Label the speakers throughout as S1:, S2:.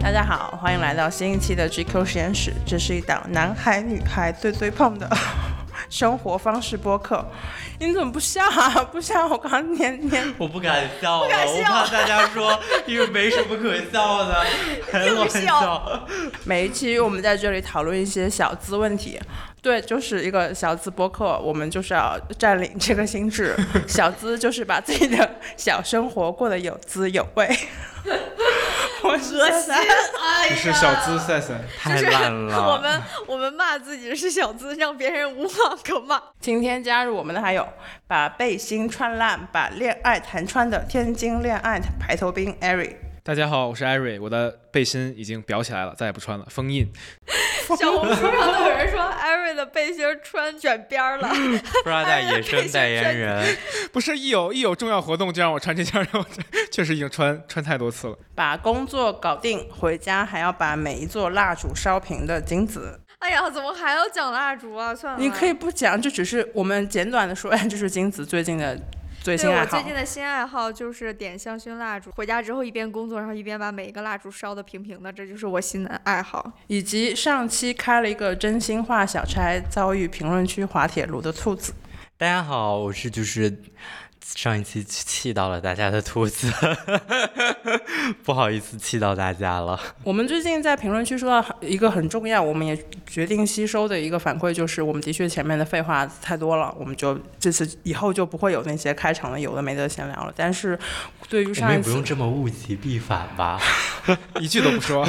S1: 大家好，欢迎来到新一期的 GQ 实验室，这是一档男孩女孩最最碰的 生活方式播客。你怎么不笑啊？不笑，我刚刚念念
S2: 我不敢笑了，啊
S1: 敢笑
S2: 我怕大家说，因为没什么可笑的，很好笑。
S1: 每一期我们在这里讨论一些小资问题，对，就是一个小资播客，我们就是要占领这个心智。小资就是把自己的小生活过得有滋有味。 我恶心，
S3: 你是小资赛赛，
S2: 太
S4: 就是
S2: 烂
S4: 我
S2: 了。
S4: 们我们骂自己是小资，让别人无话可骂。
S1: 今天加入我们的还有把背心穿烂、把恋爱弹穿的天津恋爱排头兵 Eric。
S3: 大家好，我是艾瑞，我的背心已经裱起来了，再也不穿了，封印。
S4: 小红书上都有 人说艾瑞的背心穿卷边儿了，
S2: Prada 野生代言人，
S3: 不是一有一有重要活动就让我穿这件，让我确实已经穿穿太多次了。
S1: 把工作搞定，回家还要把每一座蜡烛烧平的金子，
S4: 哎呀，怎么还要讲蜡烛啊？算了，
S1: 你可以不讲，这只是我们简短的说，哎，这是金子最近的最新
S4: 对
S1: 爱
S4: 我
S1: 好
S4: 最。近的新爱好就是点香薰蜡烛，回家之后一边工作，然后一边把每一个蜡烛烧的平平的，这就是我新的爱好。
S1: 以及上期开了一个真心话小差，遭遇评论区滑铁卢的兔子。
S2: 大家好，我是就是上一期气到了大家的兔子， 不好意思气到大家了。
S1: 我们最近在评论区说到一个很重要，我们也决定吸收的一个反馈，就是我们的确前面的废话太多了，我们就这次以后就不会有那些开场的有的没的闲聊了。但是对于
S2: 我们
S1: 上
S2: 也
S1: 一
S2: 不
S1: 次
S2: 用， 这么物极必反吧，
S3: 一句都不 说，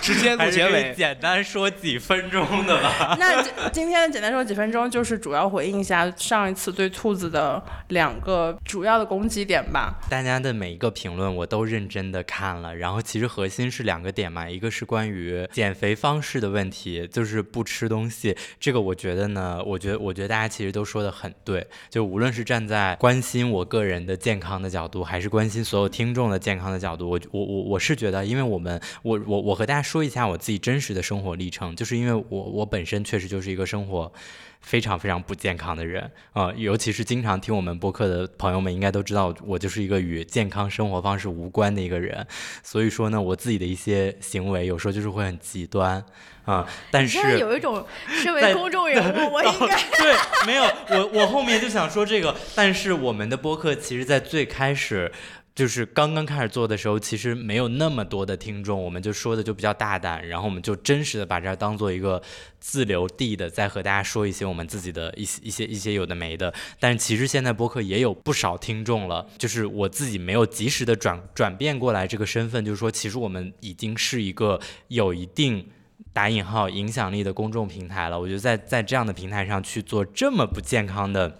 S3: 直接录
S2: 还是
S3: 结
S2: 可以
S3: 尾。
S2: 简单说几分钟的 吧。
S1: 那这今天简单说几分钟，就是主要回应一下上一次对兔子的两个主要的攻击点吧。
S2: 大家的每一个评论我都认真的看了，然后其实核心是两个点嘛，一个是关于减肥方式的问题，就是不吃东西，这个我觉得呢，我觉得我觉得大家其实都说的很对，就无论是站在关心我个人的健康的角度，还是关心所有听众的健康的角度，我我我我是觉得，因为我们我我我和大家说一下我自己真实的生活历程，就是因为我我本身确实就是一个生活非常非常不健康的人啊、呃尤其是经常听我们播客的朋友们，应该都知道我就是一个与健康生活方式无关的一个人，所以说呢，我自己的一些行为有时候就是会很极端啊、但
S4: 你
S2: 是
S4: 现在有 一种身为
S2: 在
S4: 公众人物，我
S2: 然
S4: 应
S2: 后
S4: 该
S2: 哦对，没有我我后面就想说这个，但是我们的播客其实，在最开始。就是刚刚开始做的时候，其实没有那么多的听众，我们就说的就比较大胆，然后我们就真实的把这儿当做一个自留地的，在和大家说一些我们自己的一些一些一些有的没的。但其实现在播客也有不少听众了，就是我自己没有及时的转转变过来这个身份，就是说，其实我们已经是一个有一定打引号影响力的公众平台了。我觉得在在这样的平台上去做这么不健康的。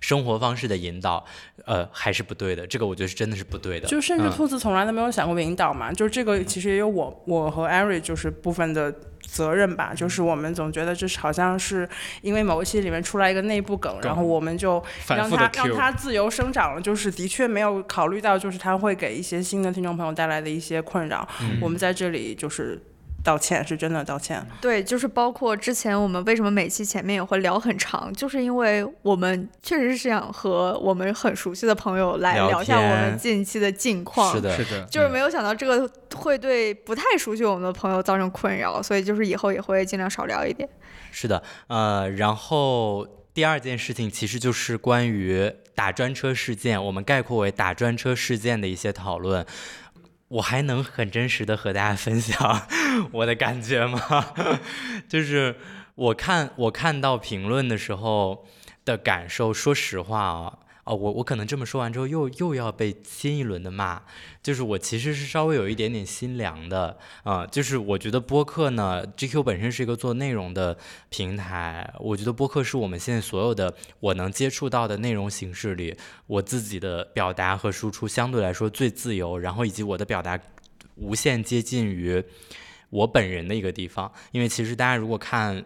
S2: 生活方式的引导，呃，还是不对的。这个我觉得是真的是不对的。
S1: 就甚至
S2: 嗯
S1: 兔子从来都没有想过引导嘛，就是这个其实也有我我和艾瑞就是部分的责任吧，就是我们总觉得这是好像是因为某一期里面出来一个内部梗，然后我们就
S3: 反
S1: 让
S3: 复的
S1: 它让
S3: Q，
S1: 它自由生长了，就是的确没有考虑到就是它会给一些新的听众朋友带来的一些困扰，我们在这里就是道歉，是真的道歉。
S4: 对，就是包括之前我们为什么每期前面也会聊很长，就是因为我们确实是想和我们很熟悉的朋友来
S2: 聊
S4: 聊一下我
S2: 天
S4: 们近期的近况。
S2: 是的，
S3: 是的，
S4: 就是没有想到这个会对不太熟悉我们的朋友造成困扰，所以就是以后也会尽量少聊一点。
S2: 是的，呃，然后第二件事情其实就是关于打专车事件，我们概括为打专车事件的一些讨论。我还能很真实的和大家分享 我的感觉吗？ 就是我看我看到评论的时候的感受，说实话啊、哦，我我可能这么说完之后又又要被新一轮的骂，就是我其实是稍微有一点点心凉的，啊、就是我觉得播客呢，GQ 本身是一个做内容的平台，我觉得播客是我们现在所有的我能接触到的内容形式里，我自己的表达和输出相对来说最自由，然后以及我的表达无限接近于我本人的一个地方，因为其实大家如果看。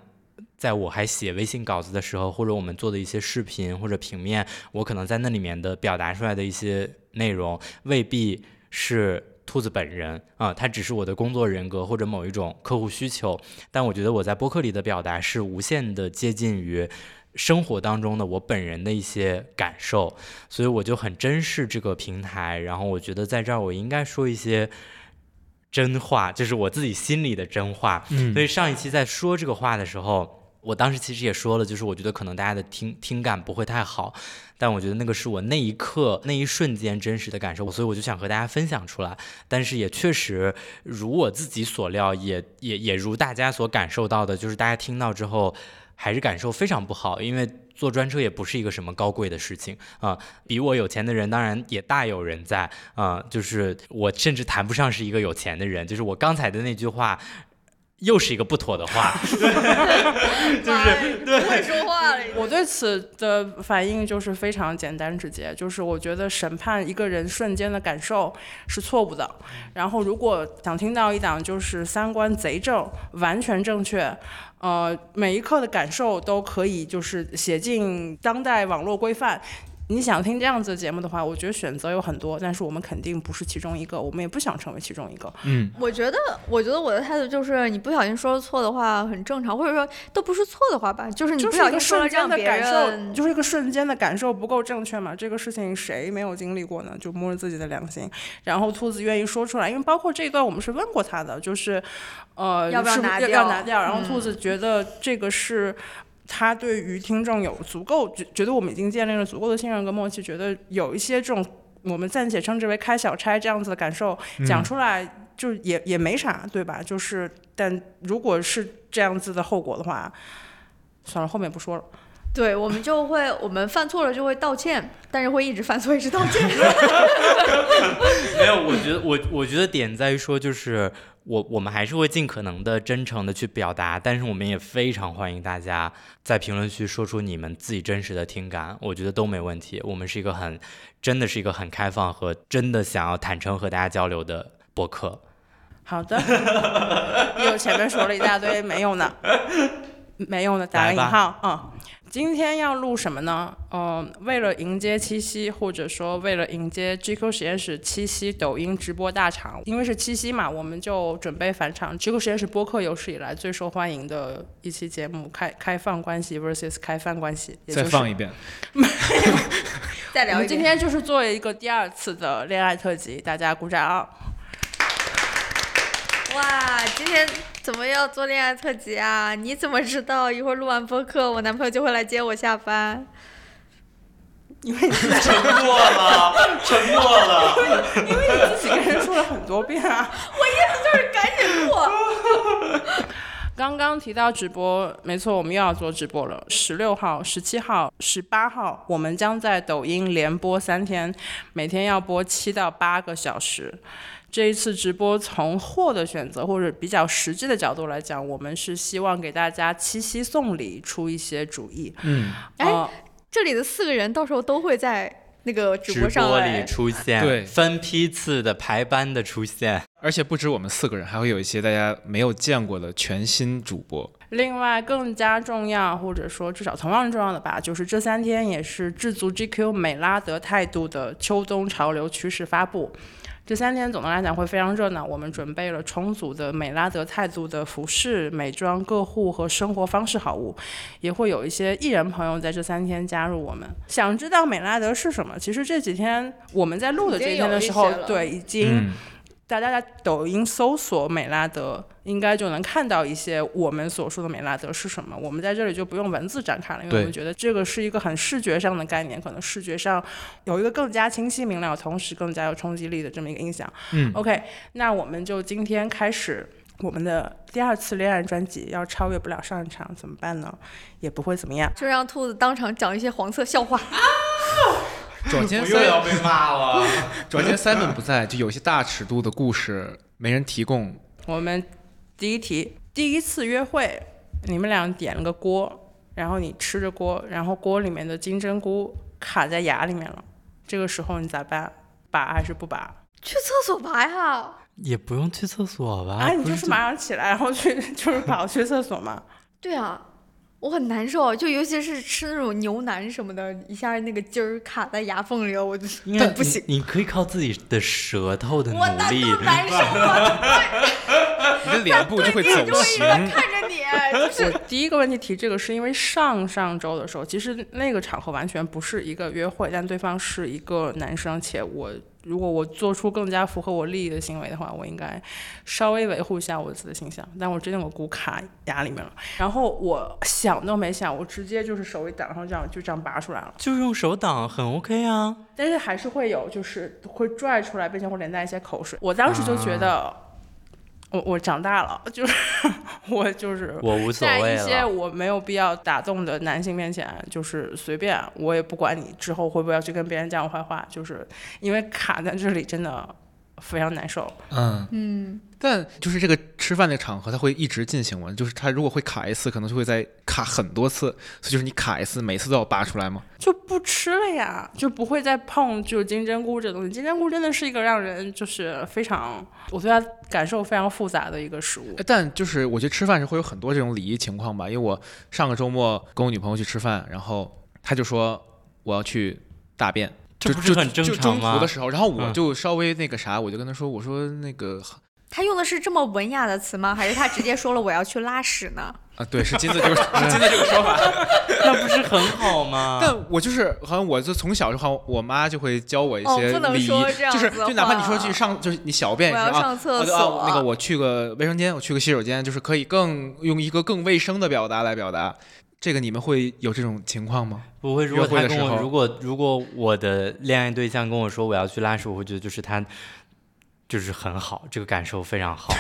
S2: 在我还写微信稿子的时候，或者我们做的一些视频或者平面，我可能在那里面的表达出来的一些内容，未必是兔子本人啊、它只是我的工作人格或者某一种客户需求。但我觉得我在播客里的表达是无限的接近于生活当中的我本人的一些感受，所以我就很珍视这个平台。然后我觉得在这儿我应该说一些真话，就是我自己心里的真话。
S3: 嗯
S2: 所以上一期在说这个话的时候，我当时其实也说了，就是我觉得可能大家的听听感不会太好，但我觉得那个是我那一刻那一瞬间真实的感受，所以我就想和大家分享出来。但是也确实如我自己所料，也也也如大家所感受到的，就是大家听到之后还是感受非常不好，因为。坐专车也不是一个什么高贵的事情啊、比我有钱的人当然也大有人在啊、就是我甚至谈不上是一个有钱的人，就是我刚才的那句话又是一个不妥的话，
S4: 就是对，不会说话了已经。
S1: 我对此的反应就是非常简单直接，就是我觉得审判一个人瞬间的感受是错误的。然后，如果想听到一档就是三观贼正、完全正确，呃，每一刻的感受都可以就是写进当代网络规范。你想听这样子的节目的话，我觉得选择有很多，但是我们肯定不是其中一个，我们也不想成为其中一个。
S3: 嗯，
S4: 我觉得，我觉得我的态度就是，你不小心说了错的话很正常，或者说都不是错的话吧，就是你
S1: 就
S4: 不
S1: 是
S4: 小
S1: 一
S4: 心
S1: 个
S4: 说了
S1: 瞬
S4: 让
S1: 间的
S4: 别
S1: 感
S4: 人
S1: 受，，就是一个瞬间的感受不够正确嘛？这个事情谁没有经历过呢？就摸着自己的良心，然后兔子愿意说出来，因为包括这一段我们是问过他的，就是呃，
S4: 要不要
S1: 是
S4: 拿
S1: 要
S4: 掉
S1: 要拿掉？然后
S4: 嗯
S1: 兔子觉得这个是。他对于听众有足够觉觉得我们已经建立了足够的信任跟默契，觉得有一些这种我们暂且称之为开小差这样子的感受讲出来，就也也没啥，对吧？就是但如果是这样子的后果的话，算了，后面不说了。
S4: 对我们就会，我们犯错了就会道歉，但是会一直犯错，一直道歉。
S2: 没有，我觉得我我觉得点在于说，就是我我们还是会尽可能的真诚的去表达，但是我们也非常欢迎大家在评论区说出你们自己真实的听感，我觉得都没问题。我们是一个很真的是一个很开放和真的想要坦诚和大家交流的博客。
S1: 好的，又前面说了一大堆没用的，没用的打个
S2: 来
S1: 引
S2: 吧
S1: 号啊、今天要录什么呢？嗯、为了迎接七夕，或者说为了迎接 GQ 实验室七夕抖音直播大场，因为是七夕嘛，我们就准备返场 GQ 实验室播客有史以来最受欢迎的一期节目，开开放关系 versus 开放关系，也就
S3: 再
S1: 是
S3: 放一遍。
S4: 再
S1: 我
S4: 聊一
S1: 们今
S4: 遍。
S1: 天就是做一个第二次的恋爱特辑，大家鼓掌。
S4: 哇，今天怎么要做恋爱特辑啊？你怎么知道一会儿录完播客，我男朋友就会来接我下班？
S2: 沉默了， 沉默了。
S1: 因为你自己跟人说了很多遍啊。
S4: 就是赶紧录。啊
S1: 刚刚提到直播，没错，我们又要做直播了。十六号、十七号、十八号，我们将在抖音连播三天，每天要播七到八个小时。这一次直播从货的选择或者比较实际的角度来讲，我们是希望给大家七夕送礼出一些主意。
S3: 嗯，
S4: 哎
S1: 呃
S4: 这里的四个人到时候都会在那个直
S2: 直
S4: 播上
S2: 播
S4: 来
S2: 里。出现，
S3: 对
S2: 分批次的排班的出现，
S3: 而且不止我们四个人，还会有一些大家没有见过的全新主播。
S1: 另外，更加重要，或者说至少同样重要的吧，就是这三天也是制足 GQ 美拉德态度的秋冬潮流趋势发布。这三天总的来讲会非常热闹，我们准备了充足的美拉德态度的服饰、美妆、个护和生活方式好物，也会有一些艺人朋友在这三天加入我们。想知道美拉德是什么？其实这几天我们在录的这一天的时候
S4: 已经有一些，了
S1: 对，已
S3: 哎
S1: 经、
S3: 嗯
S1: 大家在抖音搜索美拉德，应该就能看到一些我们所说的美拉德是什么。我们在这里就不用文字展开了，因为
S3: 对
S1: 我们觉得这个是一个很视觉上的概念，可能视觉上有一个更加清晰明了，同时更加有冲击力的这么一个印象。
S3: 嗯
S1: ，OK，那我们就今天开始。我们的第二次恋爱专辑要超越不了上一场怎么办呢？也不会怎么样。
S4: 就让兔子当场讲一些黄色笑话，
S3: 转天 Simon，
S2: 被骂了。
S3: 转天 Simon 不在，就有一些大尺度的故事没人提 供。
S1: 我们第一题，第一次约会，你们俩点了个锅，然后你吃着锅，然后锅里面的金针菇卡在牙里面了，这个时候你咋办？拔还是不拔？
S4: 去厕所啊拔呀！
S2: 也不用去厕所吧？
S1: 啊，你
S2: 不
S1: 就是是马上起来，然后去 就是跑去厕所嘛。
S4: 对啊，我很难受，就尤其是吃那种牛腩什么的，一下那个筋儿卡在牙缝里了，我就
S2: 应该
S4: 但不行。
S2: 你，你可以靠自己的舌头的努
S4: 我那
S2: 力。
S4: 更难受了，
S3: 你的脸部就会
S4: 对，
S3: 走
S4: 就会一直在
S3: 形。
S4: 看着你，就是
S1: 我第一个问题提这个，是因为上上周的时候，其实那个场合完全不是一个约会，但对方是一个男生，且我如果我做出更加符合我利益的行为的话，我应该稍微维护一下我自己的形象。但我真的我骨卡牙里面了，然后我想都没想，我直接就是手一挡，然后这样就这样拔出来了。
S2: 就用手挡很 OK 啊。
S1: 但是还是会有，就是会拽出来，并且会连带一些口水。我当时就觉得，我我长大了，就是 我就是
S2: 我无所
S1: 在
S2: 谓
S1: 一些
S2: 了，
S1: 我没有必要打动的男性面前，就是随便，我也不管你之后会不会要去跟别人讲我坏话，就是因为卡在这里真的非常难受。
S3: 嗯，
S4: 嗯，
S3: 但就是这个吃饭的场合，它会一直进行吗？就是它如果会卡一次，可能就会再卡很多次，所以就是你卡一次，每次都要拔出来吗？
S1: 就不吃了呀，就不会再碰就金针菇这东西。金针菇真的是一个让人就是非常，我对它感受非常复杂的一个食物
S3: 呃。但就是我觉得吃饭是会有很多这种礼仪情况吧，因为我上个周末跟我女朋友去吃饭，然后她就说我要去大便，
S2: 这
S3: 就
S2: 不
S3: 就是
S2: 很正
S3: 就
S2: 常
S3: 中途
S2: 吗
S3: 的？时候，然后我
S2: 嗯
S3: 就稍微那个啥，我就跟她说，我说那个
S4: 他用的是这么文雅的词吗？还是他直接说了我要去拉屎呢？
S3: 啊，对，是金子 这个是金子这个说法，
S2: 那不是很好 吗？
S3: 但我就是好像我就从小就好像我妈就会教我一
S4: 哦
S3: 些
S4: 不能
S3: 礼仪，
S4: 说这样
S3: 就是
S4: 子的
S3: 就哪怕你
S4: 话
S3: 说去上就是你小便
S4: 我
S3: 是
S4: 要
S3: 啊。
S4: 上厕所。
S3: 啊啊那个我去个卫生间，我去个洗手间，就是可以更用一个更卫生的表达来表达。这个你们会有这种情况吗？
S2: 不会，如果
S3: 约会
S2: 他
S3: 的
S2: 跟
S3: 时
S2: 我，
S3: 候
S2: 如果如果我的恋爱对象跟我说我要去拉屎，我会觉得就是他就是很好，这个感受非常好。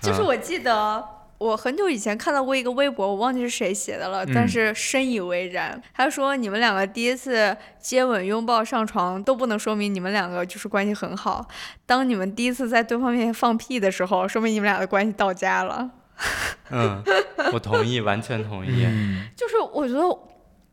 S4: 就是我记得我很久以前看到过一个微博，我忘记是谁写的了，但
S3: 嗯
S4: 是深以为然。他说你们两个第一次接吻、拥抱、上床都不能说明你们两个就是关系很好，当你们第一次在对方面前放屁的时候，说明你们俩的关系到家了。
S2: 嗯，我同意，完全同意。
S3: 嗯，
S4: 就是我觉得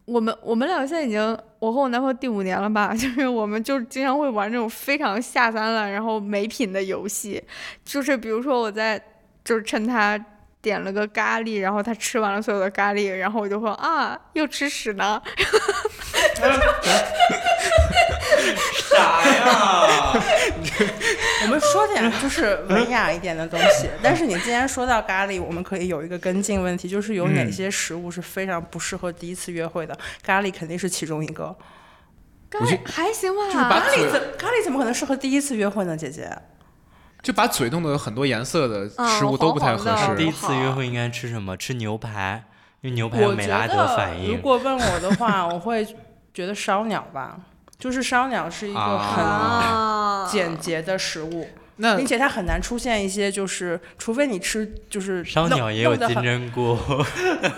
S4: 我们我们俩现在已经，我和我男朋友第五年了吧， 就是我们就经常会玩那种非常下三滥然后没品的游戏，就是比如说我在就是趁他。点了个咖喱，然后他吃完了所有的咖喱，然后我就说啊，又吃屎呢，
S2: 啥呀？
S1: 我们说点就是文雅一点的东西，但是你既然说到咖喱，我们可以有一个跟进问题，就是有
S2: 嗯
S1: 哪些食物是非常不适合第一次约会的？咖喱肯定是其中一个。
S4: 咖
S3: 我
S4: 喱
S3: 去
S4: 还行吧，
S2: 啊
S3: 就是把
S1: 咖喱
S3: 嘴
S1: 怎咖喱怎么可能适合第一次约会呢，姐姐？
S3: 就把嘴弄得有很多颜色的
S4: 嗯
S3: 食物都不太合
S4: 黄黄
S2: 第
S4: 的
S3: 适。
S2: 一次约会应该吃什么？吃牛排，因为牛排有
S1: 我
S2: 美
S1: 觉
S2: 拉德反
S1: 得如
S2: 应。
S1: 果问我的话，我会觉得烧鸟吧， 就是烧鸟是一个很
S2: 啊
S4: 啊，
S1: 简洁的食物，
S3: 那
S1: 并且它很难出现一些就是，除非你吃就是
S2: 烧
S1: 弄
S2: 鸟也有
S1: 弄得
S2: 金
S1: 很
S2: 针菇，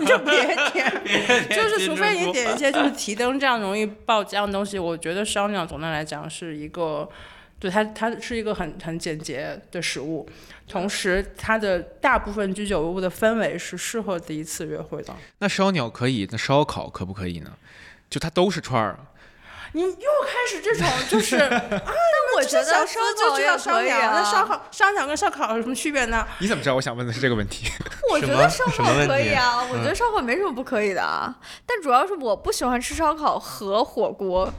S1: 你就别点， 就是
S2: 金
S1: 除
S2: 针
S1: 非
S2: 菇
S1: 你点一些就是提灯这样容易爆浆的东西，我觉得烧鸟总的来讲是一个，对它它是一个很很简洁的食物，同时它的大部分居酒屋的氛围是适合第一次约会的。
S3: 那烧鸟可以，那烧烤可不可以呢？就它都是串儿，
S1: 你又开始这种就是啊，
S4: 我
S1: 我
S4: 觉得
S1: 烧
S4: 烤
S1: 就知
S4: 也
S1: 道
S4: 可
S1: 烧
S4: 以
S1: 鸟，
S4: 啊
S1: 那烧烤烧鸟跟烧烤有什么区别呢？
S3: 你怎么知道我想问的是这个问题？
S4: 我觉得烧
S2: 什么什
S4: 烤
S2: 么问
S4: 可
S2: 题
S4: 以
S2: 嗯
S4: 啊，我觉得烧烤没什么不可以的啊。但主要是我不喜欢吃烧烤和火锅，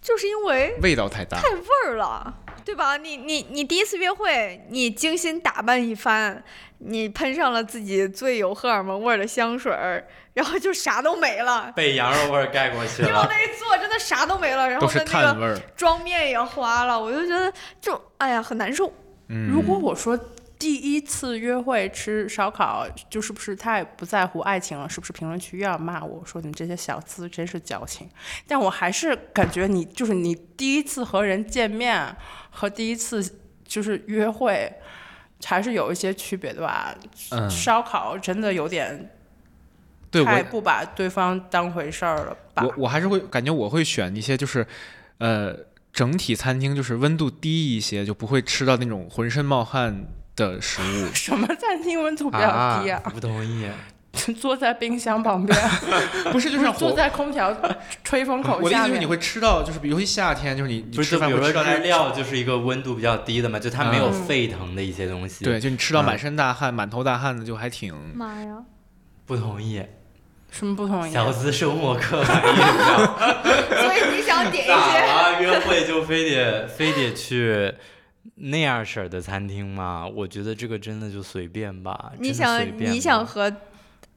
S4: 就是因为
S3: 味道太大。
S4: 太味儿了，对吧？你你你第一次约会，你精心打扮一番，你喷上了自己最有荷尔蒙味儿的香水儿，然后就啥都没了。
S2: 被羊肉味儿盖过去
S4: 你往
S2: 了。
S4: 那一坐，真的啥都没了，然
S3: 都
S4: 后
S3: 是
S4: 呢，那
S3: 碳
S4: 个
S3: 味儿，
S4: 妆面也花了，我就觉得就哎呀很难受。
S3: 嗯，
S1: 如果我说第一次约会吃烧烤，就是不是太不在乎爱情了？是不是评论区又要骂我说你们这些小资真是矫情？但我还是感觉你就是你第一次和人见面和第一次就是约会还是有一些区别的吧？
S3: 嗯
S1: 烧烤真的有点
S3: 对
S1: 太
S3: 我
S1: 不把对方当回事儿了吧？。
S3: 我我还是会感觉我会选一些就是，呃，整体餐厅就是温度低一些，就不会吃到那种浑身冒汗的食 物
S1: 什么餐厅温度比较低啊？
S2: 不同意。
S1: 坐在冰箱旁 边，
S3: 不是，就是
S1: 坐
S3: 火。
S1: 在空调吹风口
S3: 嗯我的意
S1: 下
S3: 思就是
S1: 面
S3: 你。会吃到，就是比如尤其夏天，就是你
S2: 不
S3: 你
S2: 是，
S3: 吃
S2: 就比
S3: 饭
S2: 如
S3: 会
S2: 说
S3: 吃到那
S2: 日
S3: 种
S2: 料就是一个温度比较低的嘛，就它没有
S1: 嗯
S2: 沸腾的一些东西。
S3: 对，，就你吃到
S2: 嗯
S3: 满身大汗、满头大汗的，就还挺。
S4: 妈 呀！
S2: 不同意。
S1: 什么不同意啊？
S2: 小资生活课反应了，
S4: 所以你想点一
S2: 咋
S4: 些
S2: 了？约会就非得非得去那样式儿的餐厅吗？我觉得这个真的就随便吧。
S4: 你
S2: 啊真的
S4: 想
S2: 随便
S4: 你
S2: 吧嗯
S4: 想 和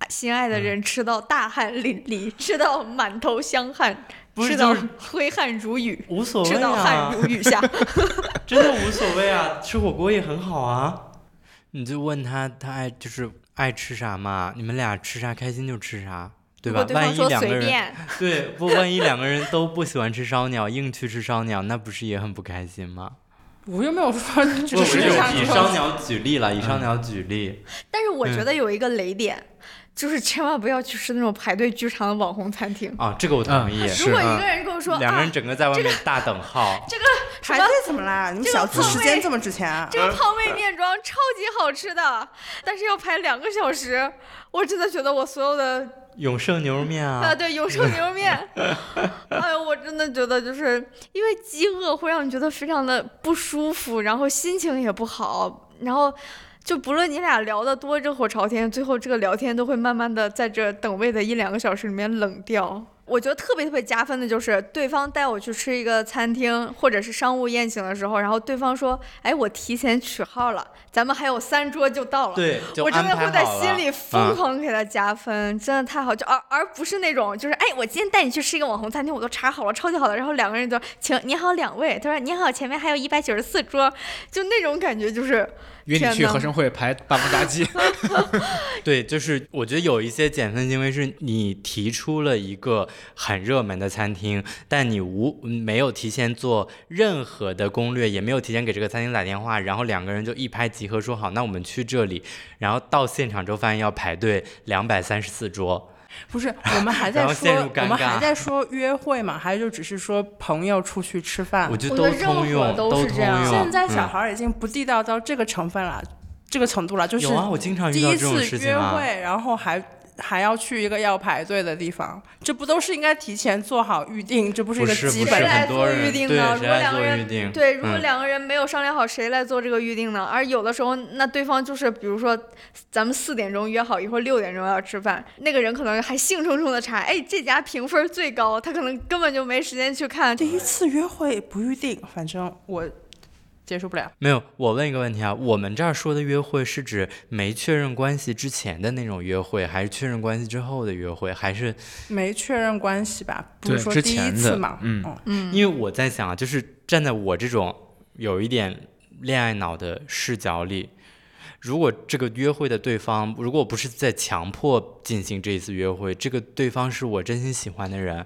S4: 心爱的人吃到大汗淋漓，吃到满头香汗，
S2: 不
S4: 吃
S2: 是
S4: 到
S2: 就是
S4: 挥汗如雨，
S2: 无所
S4: 吃
S2: 谓
S4: 到汗
S2: 啊，
S4: 如雨下。
S2: 真的无所谓啊，吃火锅也很好啊。你就问他，他爱就是爱吃啥嘛，你们俩吃啥开心就吃啥， 对
S4: 如
S2: 吧
S4: 果？对
S2: 万
S4: 方
S2: 一
S4: 说
S2: 两个
S4: 随
S2: 人
S4: 便，
S2: 对不，万一两个人都不喜欢吃烧鸟，硬去吃烧鸟，那不是也很不开心吗？
S1: 我又没有说
S2: 不
S1: 就
S2: 我
S3: 是
S2: 是
S1: 是
S3: 有
S1: 上
S2: 以
S1: 去
S2: 烧鸟举例了，以烧鸟举例，
S4: 但是我觉
S2: 嗯
S4: 得有一个雷点，就是千万不要去吃那种排队巨长的网红餐厅。
S2: 啊，这个我同
S3: 嗯
S2: 意。
S4: 如果一
S3: 嗯
S4: 个人跟我说
S2: 两个人
S4: 啊，
S2: 整个在外面大等 号，
S1: 排队怎么啦？你们
S4: 这个
S1: 小资
S4: 座
S1: 时
S4: 位
S1: 间这么值钱啊？
S4: 这个泡妹面庄超级好吃的，但是要排两个小时，我真的觉得我所有的
S2: 永盛牛肉面
S4: 啊，
S2: 啊，
S4: 对，永盛牛肉面。哎呦，我真的觉得就是因为饥饿会让你觉得非常的不舒服，然后心情也不好，然后就不论你俩聊得多热火朝天，最后这个聊天都会慢慢的在这等位的一两个小时里面冷掉。我觉得特别特别加分的就是，对方带我去吃一个餐厅或者是商务宴请的时候，然后对方说：“哎，我提前取号了，咱们还有三桌就到了。”
S2: 对，就
S4: 我真的
S2: 安排
S4: 会在
S2: 好
S4: 心
S2: 了嗯
S4: 里疯狂给他加分，真的太好，就而而不是那种就是哎，我今天带你去吃一个网红餐厅，我都查好了，超级好的，然后两个人就请你好两位，他说你好，前面还有一百九十四桌，就那种感觉就是
S3: 约
S4: 天
S3: 你去
S4: 哪
S3: 合生汇排大风 大鸡，
S2: 对，就是我觉得有一些减分行为是你提出了一个很热门的餐厅，但你无嗯没有提前做任何的攻略，也没有提前给这个餐厅打电话，然后两个人就一拍即合说好，那我们去这里，然后到现场之后发现要排队两百三十四桌，
S1: 不是，我们还在
S2: 然后
S1: 说
S2: 陷入，
S1: 我
S2: 尴
S1: 们还
S2: 尬
S1: 在说约会嘛，还就只是说朋友出去吃饭
S2: 我。觉得
S4: 我觉
S2: 都
S4: 得任
S2: 通
S4: 何
S2: 用，
S4: 都是这
S2: 通
S4: 样
S2: 用
S1: 现。在小
S2: 嗯
S1: 孩已经不地道到这个成分了，这个程度了，就是
S2: 有啊，我经常遇
S1: 第
S2: 到
S1: 一
S2: 这种
S1: 次
S2: 事情
S1: 约
S2: 啊。
S1: 会，然后还还要去一个要排队的地方，这不都是应该提前做好预定？这不是一
S2: 不
S1: 个
S2: 是
S1: 基
S2: 不
S1: 本
S2: 是
S4: 谁
S1: 的？
S4: 来
S2: 很
S4: 做
S2: 多
S4: 预
S2: 人
S4: 定
S2: 对
S4: 呢如
S2: 谁
S4: 果
S2: 来
S4: 两个
S2: 做
S4: 人
S2: 预定？
S4: 对，如果
S2: 嗯
S4: 两个人没有商量好谁来做这个预定呢？而有的时候，那对方就是比如说咱们四点钟约好，一会儿六点钟要吃饭，那个人可能还兴冲冲的查，哎，这家评分最高，他可能根本就没时间去看。
S1: 第一次约会不预定，反正我接受不了。
S2: 没有，我问一个问题啊，我们这儿说的约会是指没确认关系之前的那种约会，还是确认关系之后的约会？还是
S1: 没确认关系吧？不
S3: 对
S1: 是说
S3: 之
S1: 第一
S3: 前
S1: 次
S3: 的
S1: 嘛？哦
S3: 嗯
S2: 因为我在想啊，就是站在我这种有一点恋爱脑的视角里，如果这个约会的对方如果不是在强迫进行这一次约会，这个对方是我真心喜欢的人。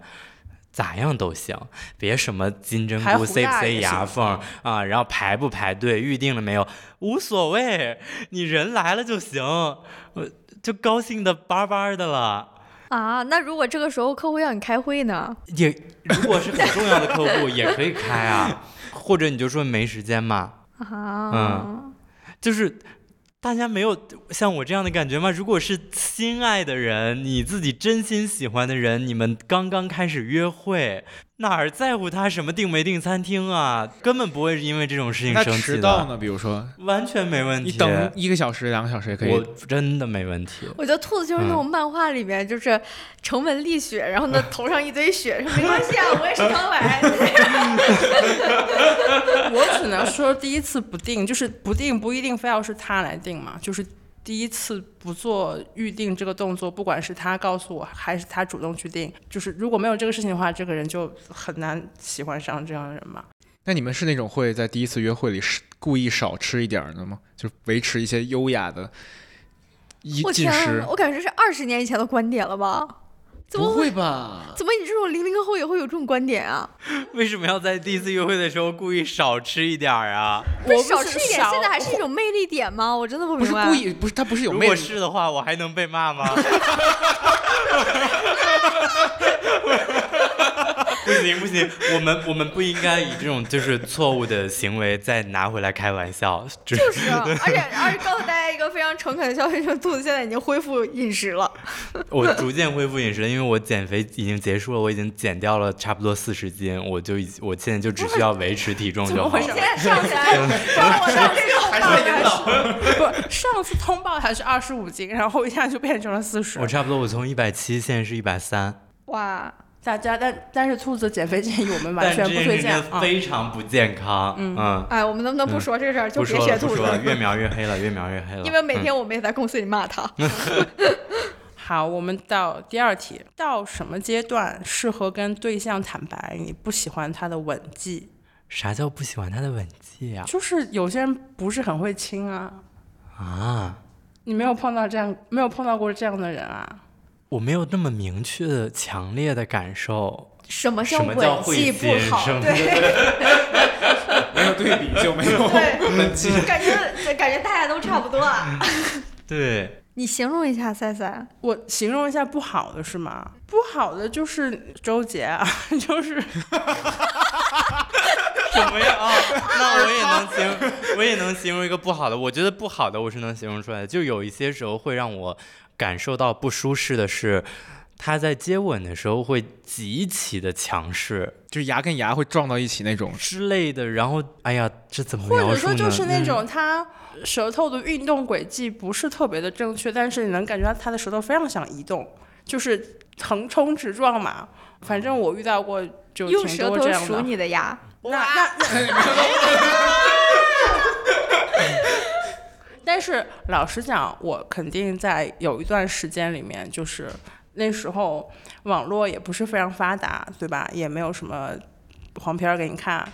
S2: 咋样都行，别什么金针
S1: 还
S2: 菇、
S1: 胡
S2: 塞不
S1: 大
S2: 塞
S1: 也
S2: 牙
S1: 行
S2: 缝啊，然后排不排队、预定了没有，无所谓，你人来了就行，我就高兴的巴巴的了。
S4: 啊，那如果这个时候客户要你开会呢？
S2: 也如果是很重要的客户，也可以开 啊，或者你就说没时间嘛，
S4: 啊，
S2: 嗯就是大家没有像我这样的感觉吗？如果是心爱的人，你自己真心喜欢的人，你们刚刚开始约会，哪儿在乎他什么订没订餐厅啊？根本不会因为这种事情
S3: 那
S2: 生气
S3: 迟到
S2: 的，
S3: 呢？比如 说，
S2: 完全没问题。
S3: 你等一个小时、两个小时也可
S2: 我
S3: 以。
S2: 真的没问题。
S4: 我觉得兔子就是那种漫画里面，就是城门立雪，然后呢头上一堆雪，说没关系啊，我也是刚来。
S1: 我只能说第一次不定，就是不定不一定非要是他来定嘛，就是第一次不做预定这个动作，不管是他告诉我还是他主动去定，就是如果没有这个事情的话，这个人就很难喜欢上这样的人嘛。
S3: 那你们是那种会在第一次约会里是故意少吃一点儿的吗？就维持一些优雅的 一
S4: 我
S3: 进
S4: 天
S3: 食
S4: 啊，？我感觉这是二十年以前的观点了吧？怎么
S3: 不
S4: 会？
S3: 会吧？
S4: 怎么你这种零零后也会有这种观点啊？
S2: 为什么要在第一次约会的时候故意少吃一点儿啊？
S1: 我不
S4: 不
S1: 是
S4: 是少吃一点，
S1: 少
S4: 现在还是一种魅力点吗？我真的不
S3: 不
S4: 明
S3: 是
S4: 白。
S3: 故意，不是他不是有
S2: 如
S3: 魅
S2: 果
S3: 力，
S2: 是的话，我还能被骂吗？ 不行不行，我们我们不应该以这种就是错误的行为再拿回来开玩笑。就
S4: 就是啊，而且而且告诉大家一个非常诚恳的消息，就是兔子现在已经恢复饮食 了。
S2: 我逐渐恢复饮食了，因为我减肥已经结束了，我已经减掉了差不多四十斤，我就已经我现在就只需要维持体重
S1: 怎
S2: 就
S1: 么
S2: 好
S1: 回事
S2: 了。
S4: 现在上 起来，让我上这种
S1: 大
S4: 大
S1: 概是不，上次通报还是二十五斤，然后一下就变成了四十
S2: 我。差不多，我从一百七现在是一百三，
S4: 哇，
S1: 大家，但但是兔子减肥建议我们完
S2: 但
S1: 全
S2: 这
S1: 不
S2: 件
S1: 推
S2: 事
S1: 荐
S2: 情
S1: 啊。
S2: 非常不健康。嗯
S4: 哎，我们能不能不说这事儿？就
S2: 不
S4: 别
S2: 说
S4: 学
S2: 了嗯
S4: 兔
S2: 不
S4: 子
S2: 说，了，越描越黑了，越描越黑了。
S4: 因为每
S2: 嗯
S4: 天我们也在公司里骂他。
S1: 好，我们到第二题，到什么阶段适合跟对象坦白你不喜欢他的吻技？
S2: 啥叫不喜欢他的吻技呀、
S1: 就是有些人不是很会亲啊，
S2: 啊？
S1: 你没有碰到这样，没有碰到过这样的人啊？
S2: 我没有那么明确的、强烈的感受。
S4: 什么叫
S2: 什么叫
S4: 吻
S2: 会
S4: 技不
S2: 接
S4: 好
S2: 什？ 么
S4: 对
S3: 没有对比就没有
S4: 对，
S3: 分歧。
S4: 感觉感觉大家都差不多 啊。
S2: 对，
S4: 你形容一下赛赛，
S1: 我形容一下不好的是吗？不好的就是周杰啊， 就是
S2: 什么呀？啊、那我也能形，我也能形容一个不好的。我觉得不好的我是能形容出来的，就有一些时候会让我感受到不舒适的是，他在接吻的时候会极其的强势
S3: 就是牙跟牙会撞到一起那种。
S2: 之类的。然后，哎呀，这怎么
S1: 或
S2: 描
S1: 者
S2: 述
S1: 说
S2: 呢？
S1: 就是那种他舌头的运动轨迹不是特别的正确，但是你能感觉到他的舌头非常想移动，就是横冲直撞嘛。反正我遇到过就
S4: 用
S1: 挺
S4: 舌
S1: 多
S4: 头
S1: 这样
S4: 数
S1: 的。
S4: 你的牙，
S1: 那那 但是老实讲，我肯定在有一段时间里面，就是那时候网络也不是非常发达，对吧？也没有什么黄片儿给你看，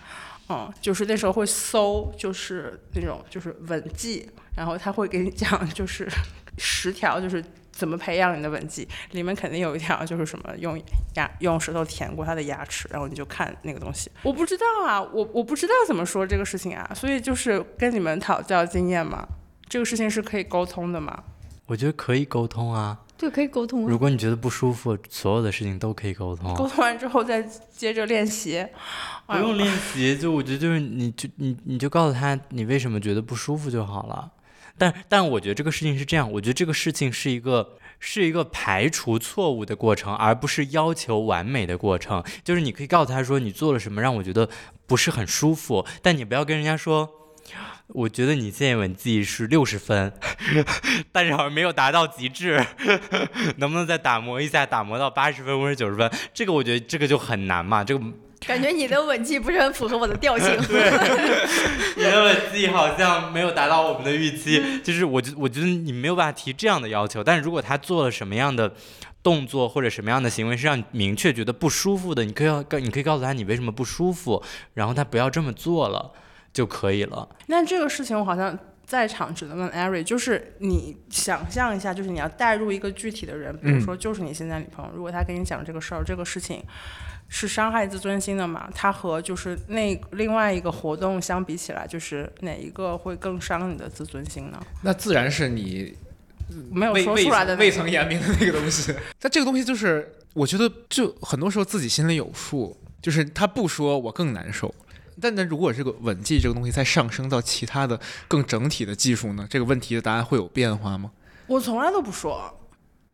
S1: 嗯，就是那时候会搜，就是那种就是吻技，然后他会给你讲就是十条就是。怎么培养你的吻技？里面肯定有一条就是什么用牙用舌头舔过他的牙齿，然后你就看那个东西。我不知道啊，我我不知道怎么说这个事情啊，所以就是跟你们讨教经验嘛。这个事情是可以沟通的嘛？
S2: 我觉得可以沟通啊。
S4: 对，可以沟通啊
S2: 如。果你觉得不舒服，所有的事情都可以沟通。啊
S1: 沟通完之后再接着练习。
S2: 哦 不
S1: 哎
S2: 用练习，就我觉得就是你就你你就告诉他你为什么觉得不舒服就好了。但但我觉得这个事情是这样，我觉得这个事情是一个是一个排除错误的过程，而不是要求完美的过程。就是你可以告诉他说你做了什么让我觉得不是很舒服，但你不要跟人家说。我觉得你接吻技是六十分， 但是好像没有达到极致， 能不能再打磨一下，打磨到八十分或者九十分？这个我觉得这个就很难嘛，这个
S4: 感觉你的吻技不是很符合我的调性。
S2: 你的吻技好像没有达到我们的预期，就是我觉我觉得你没有办法提这样的要求，但是如果他做了什么样的动作或者什么样的行为是让你明确觉得不舒服的，你可以要你可以告诉他你为什么不舒服，然后他不要这么做了就可以了。
S1: 那这个事情我好像在场只能问艾瑞，就是你想象一下，就是你要带入一个具体的人，比如说就是你现在女朋友，如果她跟你讲这个事儿，这个事情是伤害自尊心的嘛？它和就是那另外一个活动相比起来，就是哪一个会更伤你的自尊心呢？
S3: 那自然是你
S1: 没有
S3: 未
S1: 说
S3: 未
S1: 出来的
S3: 曾
S1: 那
S3: 未
S1: 个
S3: 曾言明的那个东西。 但这个东西就是，我觉得就很多时候自己心里有数，就是他不说我更难受。但但如果这个吻技这个东西再上升到其他的更整体的技术呢，这个问题的答案会有变化吗？
S1: 我从来都不说。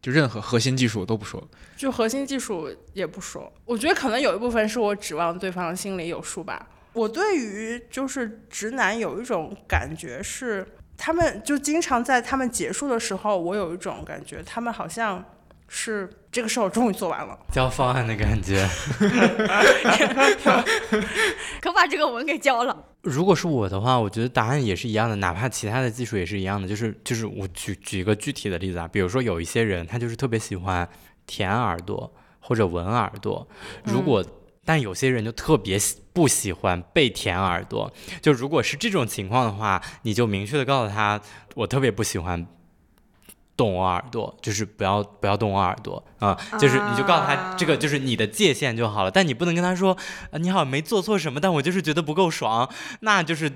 S3: 就任何核心技术我都不说，
S1: 就核心技术也不说，我觉得可能有一部分是我指望对方心里有数吧。我对于就是直男有一种感觉是，他们就经常在他们结束的时候，我有一种感觉，他们好像是这个事儿我终于做完了，
S2: 交方案的感觉。
S4: 可把这个吻给教了。
S2: 如果是我的话，我觉得答案也是一样的，哪怕其他的技术也是一样的，就是就是我举举一个具体的例子啊，比如说有一些人他就是特别喜欢舔耳朵或者闻耳朵，如果、但有些人就特别喜不喜欢被舔耳朵，就如果是这种情况的话，你就明确的告诉他，我特别不喜欢。动我耳朵，就是不要不要动我耳朵啊、就是你就告诉他
S4: 啊
S2: 这个就是你的界限就好了，但你不能跟他说，呃你好像没做错什么，但我就是觉得不够爽，那就是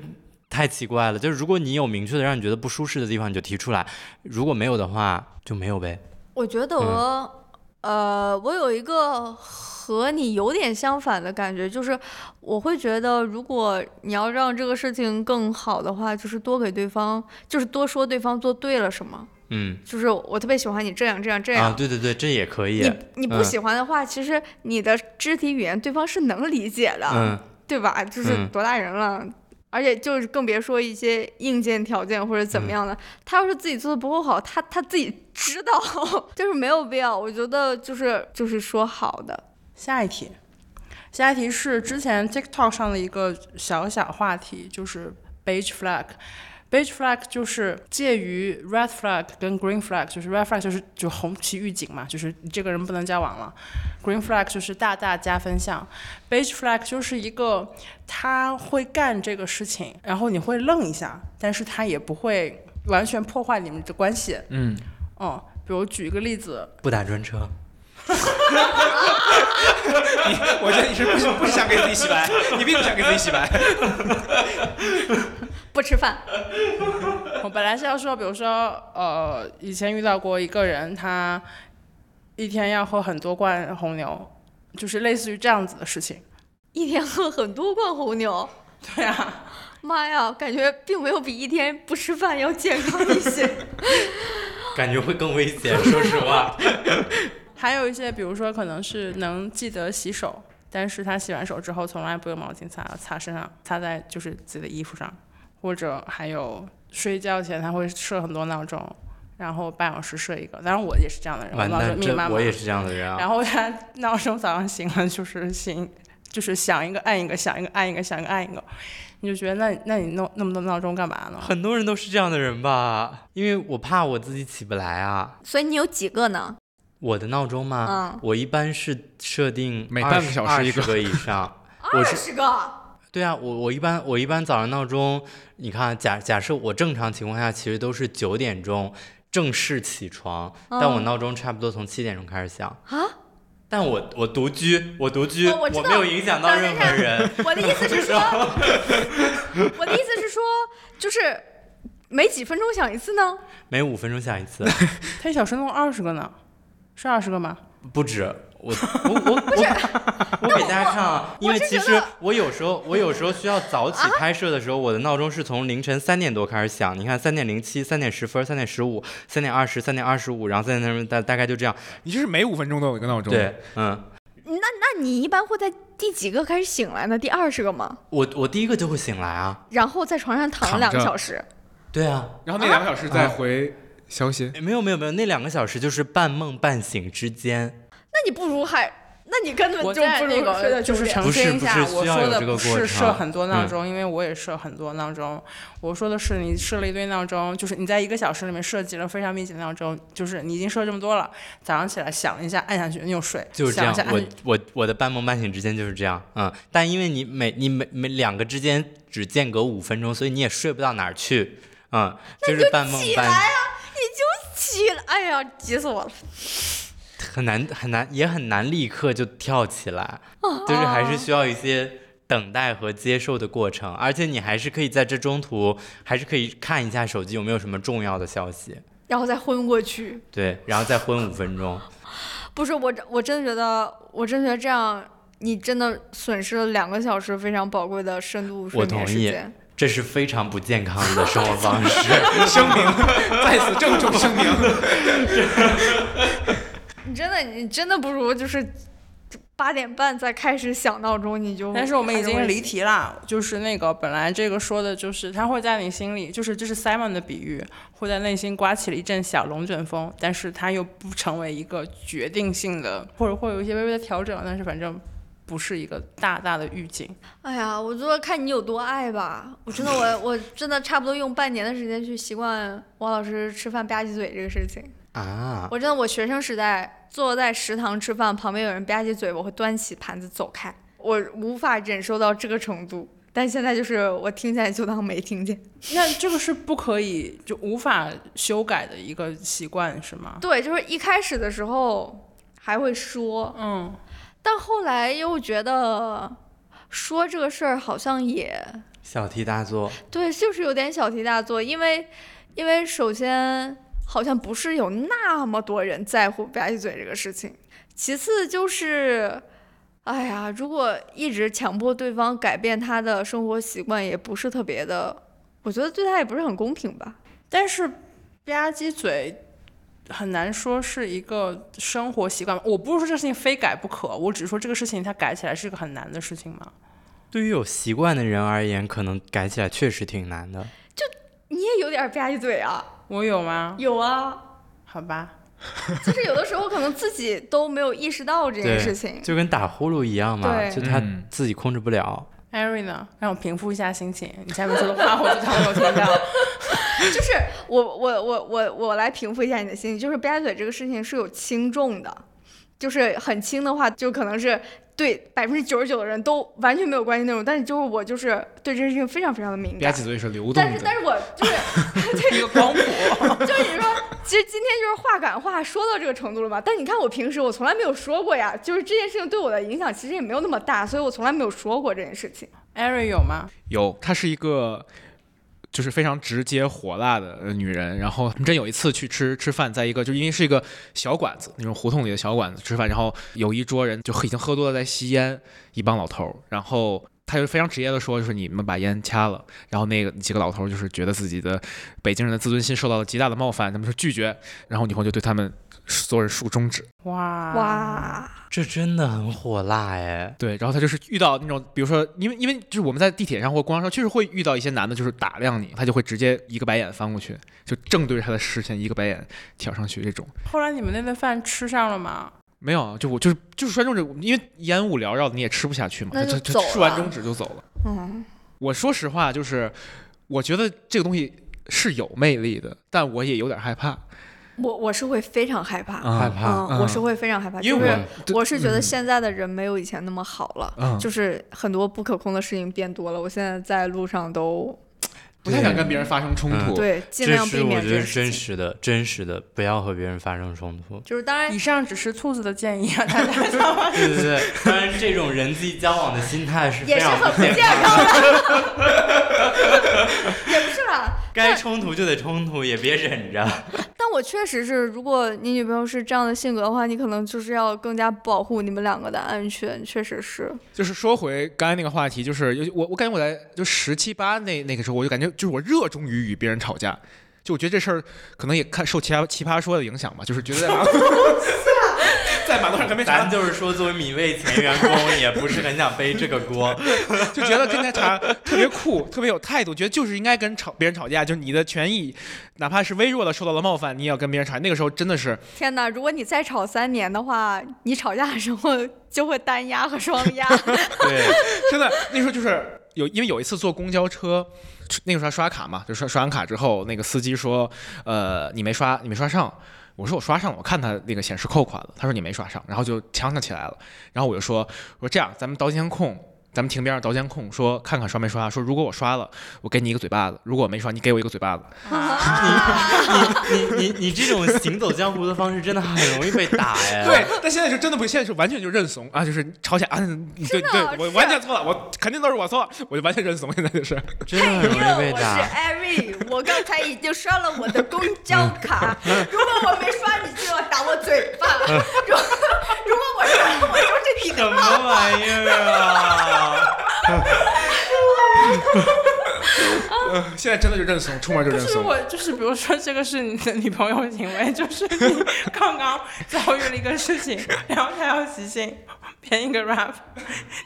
S2: 太奇怪了。就是如果你有明确的让你觉得不舒适的地方，你就提出来；如果没有的话，就没有呗。
S4: 我觉得
S2: 嗯
S4: 我，呃，我有一个和你有点相反的感觉，就是我会觉得，如果你要让这个事情更好的话，就是多给对方，就是多说对方做对了什么。
S2: 嗯，
S4: 就是我特别喜欢你这样这样这样。
S2: 啊，对对对，这也可以
S4: 你。你不
S2: 嗯
S4: 喜欢的话，其实你的肢体语言对方是能理解的，
S2: 嗯，
S4: 对吧？就是
S2: 嗯
S4: 多大人了，而且就是更别说一些硬件条件或者
S2: 嗯
S4: 怎么样的。他要是自己做的不够好，他他自己知道， 就是没有必要。我觉得就是就是说好的，
S1: 下一题，下一题是之前 TikTok 上的一个小小话题，就是 beige flag。 Beige flag 就是介于 red flag 跟 green flag，就是 red flag 就是就红旗预警嘛，就是你这个人不能交往了。green flag 就是大大加分项，beige flag 就是一个他会干这个事情，然后你会愣一下，但是他也不会完全破坏你们的关系。
S3: 嗯，
S1: 嗯，比如举一个例子，
S2: 不打专车，
S3: 我觉得你是不不想给自己洗白，你并不想给自己洗白。
S4: 不吃饭，
S1: 我本来是要说，比如说，呃，以前遇到过一个人，他一天要喝很多罐红牛，就是类似于这样子的事情。
S4: 一天喝很多罐红 牛。
S1: 对啊，
S4: 妈呀，感觉并没有比一天不吃饭要健康一些。
S2: 感觉会更危险。说实话，
S1: 还有一些，比如说可能是能记得洗手，但是他洗完手之后从来不用毛巾擦擦身上，擦在就是自己的衣服上，或者还有睡觉前他会设很多闹钟，然后半小时设一个。当然我也是这样的人，我
S2: 完
S1: 闹钟
S2: 蛋，
S1: 密
S2: 这
S1: 麻麻
S2: 我。也是这样的人啊。
S1: 然后他闹钟早上醒了就是醒， 就是响一个按一个，响一个按一个，响一个按一个，你就觉得那你那你弄那么多闹钟干嘛 呢？
S2: 很多人都是这样的人吧，因为我怕我自己起不来啊。
S4: 所以你有几个呢？
S2: 我的闹钟吗？
S4: 嗯，
S2: 我一般是设定
S3: 每半个小时一
S2: 个
S3: 个
S2: 个以上。我是
S4: 十个。
S2: 对啊，我我一般我一般早上闹钟，你看假假设我正常情况下其实都是九点钟正式起床，但我
S4: 嗯
S2: 闹钟差不多从七点钟开始响。
S4: 啊，
S2: 但我我独居，我独居，
S4: 哦我知道
S2: 没有影响到任何人。
S4: 我的意思是说，我的意思是说，就是每几分钟响一次呢？
S2: 每五分钟响一次，
S1: 他一小时弄二十个呢，是二十个吗？
S2: 不止。我我 我我我给大家看啊，因为
S4: 是
S2: 其
S4: 觉
S2: 实
S4: 得啊
S2: 我有时候我有时候需要早起拍摄的时候，我的闹钟是从凌晨三点多开始响。你看，三点零七、三点十分、三点十五、三点二十、三点二十五，然后三点什么大大概就这样。
S3: 你就是每五分钟都有一个闹钟，
S2: 对，嗯，
S4: 那那你一般会在第几个开始醒来呢？第二十个吗？
S2: 我我第一个就会醒来啊。
S4: 然后在床上躺
S3: 躺
S4: 两个
S3: 着
S4: 小时，
S2: 对啊，
S3: 然后那两个小时再回消息。
S2: 没有没有没有，那两个小时就是半梦半醒之间。
S4: 那你不如还，那你根本
S1: 我
S4: 就
S1: 在
S4: 不
S1: 那
S4: 如睡
S1: 个
S4: 到
S1: 就
S4: 九
S1: 是
S4: 点。
S1: 澄清一下，
S2: 不是不是
S1: 我
S2: 需要有
S1: 说的
S2: 这个
S1: 不
S2: 过
S1: 是
S2: 程嗯
S1: 设很多闹钟，因为我也设很多闹钟。我说的是你设了一堆闹钟，就是你在一个小时里面设计了非常密集的闹钟，就是你已经设这么多了，早上起来想一下按下去你又睡，
S2: 就是这
S1: 想啊
S2: 样
S1: 一下，按
S2: 我
S1: 下去
S2: 我我的半梦半醒之间就是这样，嗯，但因为你每你每每两个之间只间隔五分钟，所以你也睡不到哪儿去，嗯，就是半梦
S4: 起来
S2: 半
S4: 啊！你就起来，哎呀，急死我了！
S2: 很难很难也很难立刻就跳起来，就是还是需要一些等待和接受的过程，而且你还是可以在这中途还是可以看一下手机有没有什么重要的消息，
S4: 然后再昏过去。
S2: 对，然后再昏五分钟，
S4: 不是我真，我真觉得，我真觉得这样，你真的损失了两个小时非常宝贵的深度睡
S2: 我同
S4: 眠时
S2: 意
S4: 间。
S2: 这是非常不健康的生活方式。
S3: 声明，在此郑重声 明，
S4: 你真的，你真的不如就是八点半再开始响闹钟，你就。
S1: 但是我们已经离
S4: 题。
S1: 题啦，就是那个本来这个说的就是他会在你心里，就是这是 Simon 的比喻，会在内心刮起了一阵小龙卷风，但是他又不成为一个决定性的，或者会有一些微微的调整，但是反正不是一个大大的预警。
S4: 哎呀，我就说看你有多爱吧。我真的，我我真的差不多用半年的时间去习惯王老师吃饭吧唧嘴这个事情。
S2: 啊，
S4: 我真的，我学生时代坐在食堂吃饭，旁边有人吧唧嘴，我会端起盘子走开，我无法忍受到这个程度。但现在就是我听见就当没听见。
S1: 那这个是不可以就无法修改的一个习惯是吗？
S4: 对，就是一开始的时候还会说，
S1: 嗯，
S4: 但后来又觉得说这个事儿好像也
S2: 小题大做，
S4: 对，就是有点小题大做，因为因为首先好像不是有那么多人在乎吧唧嘴这个事情，其次就是，哎呀，如果一直强迫对方改变他的生活习惯，也不是特别的，我觉得对他也不是很公平吧。
S1: 但是吧唧嘴很难说是一个生活习惯。我不是说这事情非改不可，我只是说这个事情它改起来是个很难的事情嘛。
S2: 对于有习惯的人而言，可能改起来确实挺难的。
S4: 你也有点吧唧嘴啊，
S1: 我有吗？
S4: 有啊，
S1: 好吧，
S4: 就是有的时候可能自己都没有意识到这件事情。
S2: 就跟打呼噜一样嘛，
S4: 对
S2: 就他
S3: 嗯
S2: 自己控制不了。
S1: 艾瑞呢？让我平复一下心情。你下面说的话我就当没有听到。
S4: 就是我我我我我来平复一下你的心情，就是吧唧嘴这个事情是有轻重的，就是很轻的话，就可能是对百分之九十九的人都完全没有关系那种，但是就是我就是对这件事情非常非常的敏
S3: 吧
S4: 感。
S3: 唧嘴是流动
S4: 但是但
S3: 的，
S4: 是我就是
S1: 一个光谱。
S4: 就是你说，其实今天就是话赶话说到这个程度了吧？但你看我平时我从来没有说过呀，就是这件事情对我的影响其实也没有那么大，所以我从来没有说过这件事情。
S1: 艾瑞有吗？
S3: 有她是一个。就是非常直接火辣的呃女人，然后我们真有一次去吃吃饭，在一个就因为是一个小馆子，那种胡同里的小馆子吃饭，然后有一桌人就已经喝多了在吸烟，一帮老头儿，然后他就非常直接的说，就是你们把烟掐了，然后那个几个老头儿就是觉得自己的北京人的自尊心受到了极大的冒犯，他们说拒绝，然后女红就对他们所有人竖中指，
S1: 哇，
S4: 哇，
S2: 这真的很火辣哎！
S3: 对，然后他就是遇到那种，比如说，因为因为就是我们在地铁上或公交车，确实会遇到一些男的，就是打量你，他就会直接一个白眼翻过去，就正对着他的视线一个白眼挑上去这种。
S1: 后来你们那顿饭吃上了吗？
S3: 没有，啊，就我就是就是摔中指，因为烟雾缭绕，你也吃不下去嘛，
S4: 那
S3: 他他
S4: 就
S3: 他
S4: 走
S3: 竖完
S4: 了
S3: 中指就走了。
S4: 嗯，
S3: 我说实话，就是我觉得这个东西是有魅力的，但我也有点害怕
S4: 我我是会非常害怕，
S2: 害
S3: 啊，
S2: 怕，
S4: 嗯，我是会非常害怕，
S3: 因
S4: 就
S3: 为
S4: 是
S3: 我对
S4: 我是觉得
S3: 嗯
S4: 现在的人没有以前那么好了，
S3: 嗯
S4: 就是很多不可控的事情变多了。我现在在路上都
S3: 不太想跟别人发生冲突。
S2: 嗯
S4: 对尽
S2: 这
S4: 量
S2: 是
S4: 避
S2: 我
S4: 免
S2: 觉
S4: 这
S2: 得
S4: 件
S2: 是真
S4: 事情。
S2: 实的，真实的，不要和别人发生冲 突。
S4: 就是当然
S1: 以，上只是兔子的建议啊，大家
S2: 对对对，当然这种人际交往的心态是
S4: 也
S2: 非
S4: 是
S2: 常
S4: 很
S2: 不
S4: 不
S2: 健
S4: 健
S2: 康的，
S4: 康 的，也不是啦。
S2: 该冲突就得冲突，也别忍着。
S4: 但我确实是，如果你女朋友是这样的性格的话，你可能就是要更加保护你们两个的安全，确实是。
S3: 就是说回刚才那个话题，就是尤其我我感觉我在就十七八那那个时候，我就感觉就是我热衷于与别人吵架，就我觉得这事儿可能也看受奇葩奇葩说的影响吧，就是觉得在马路在马路上跟别人
S2: 咱
S3: 吵，
S2: 就是说，作为米未前员工，也不是很想背这个锅。
S3: 就觉得跟他吵特别酷，特别有态度，觉得就是应该跟吵别人吵架，就是你的权益哪怕是微弱的受到了冒犯，你也要跟别人吵。那个时候真的是
S4: 天哪！如果你再吵三年的话，你吵架的时候就会单压和双压。
S2: 对，
S3: 真的，那时候就是有，因为有一次坐公交车，那个时候还刷卡嘛，就刷刷完卡之后，那个司机说，呃，你没刷，你没刷上。我说我刷上了，我看他那个显示扣款了。他说你没刷上，然后就呛呛起来了。然后我就说，我说这样，咱们倒监控，咱们停边上倒监控，说看看刷没刷。说如果我刷了，我给你一个嘴巴子；如果我没刷，你给我一个嘴巴子。
S2: 你你你这种行走江湖的方式，真的很容易被打哎。
S3: 对，但现在是真的不，现在是完全就认怂啊，就是吵起来啊，你对对，我完全错了，我肯定都是我错，我就完全认怂。现在就是，
S2: 真的嗯很容易被
S4: 我是
S2: 打。
S4: 艾瑞， 我刚才已经刷了我的公交 卡，如果我没刷，你就要打我嘴巴；如果如果我刷了，我就是你
S2: 什么玩意儿啊！
S3: 呃现在真的就认怂，出门就
S2: 啊
S1: 就
S3: 认
S1: 是
S3: 怂。
S1: 我就是，比如说这个是你的女朋友行为，就是你刚刚遭遇了一个事情，然后她要即兴编一个 rap，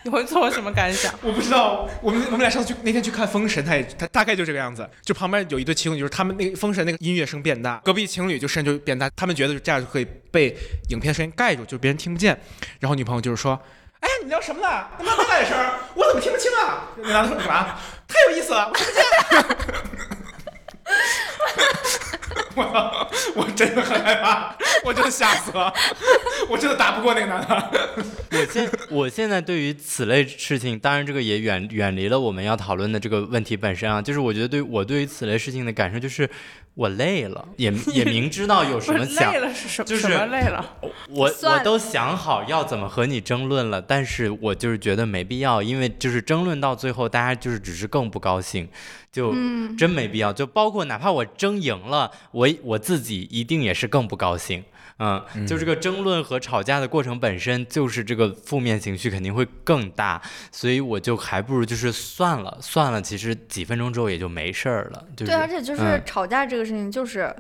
S1: 你会做什么感想？
S3: 我不知道，我们我们俩上次去那天去看《封神》，他也他大概就这个样子，就旁边有一对情侣，就是他们那个《封神》那个音乐声变大，隔壁情侣就声就变大，他们觉得就这样就可以被影片声音盖住，就别人听不见。然后女朋友就是说：“哎，你聊什么呢？他妈那大点声，我怎么听不清啊？” 那男的说：“干嘛？太有意思了，我听不见。”我操！啊 我真的很害怕，我真的吓死了，我真的打不过那个男的。
S2: 我现我现在对于此类事情，当然这个也远远离了我们要讨论的这个问题本身啊。就是我觉得对我对于此类事情的感受就是，我累了，也也明知道 有什
S1: 不
S2: 么
S1: 是
S2: 想
S1: 累了是什么？
S2: 就是
S1: 什么累了？
S2: 我
S4: 算
S2: 我
S4: 了
S2: 都想好要怎么和你争论了，但是我就是觉得没必要，因为就是争论到最后，大家就是只是更不高兴，就
S4: 嗯
S2: 真没必要。就包括哪怕我争赢了，我我自己一定也是更不高兴。嗯，就这个争论和吵架的过程本身，就是这个负面情绪肯定会更大，所以我就还不如就是算了算了，其实几分钟之后也就没事儿了。就是、
S4: 对，啊而且就是
S2: 嗯
S4: 吵架这个事情，就是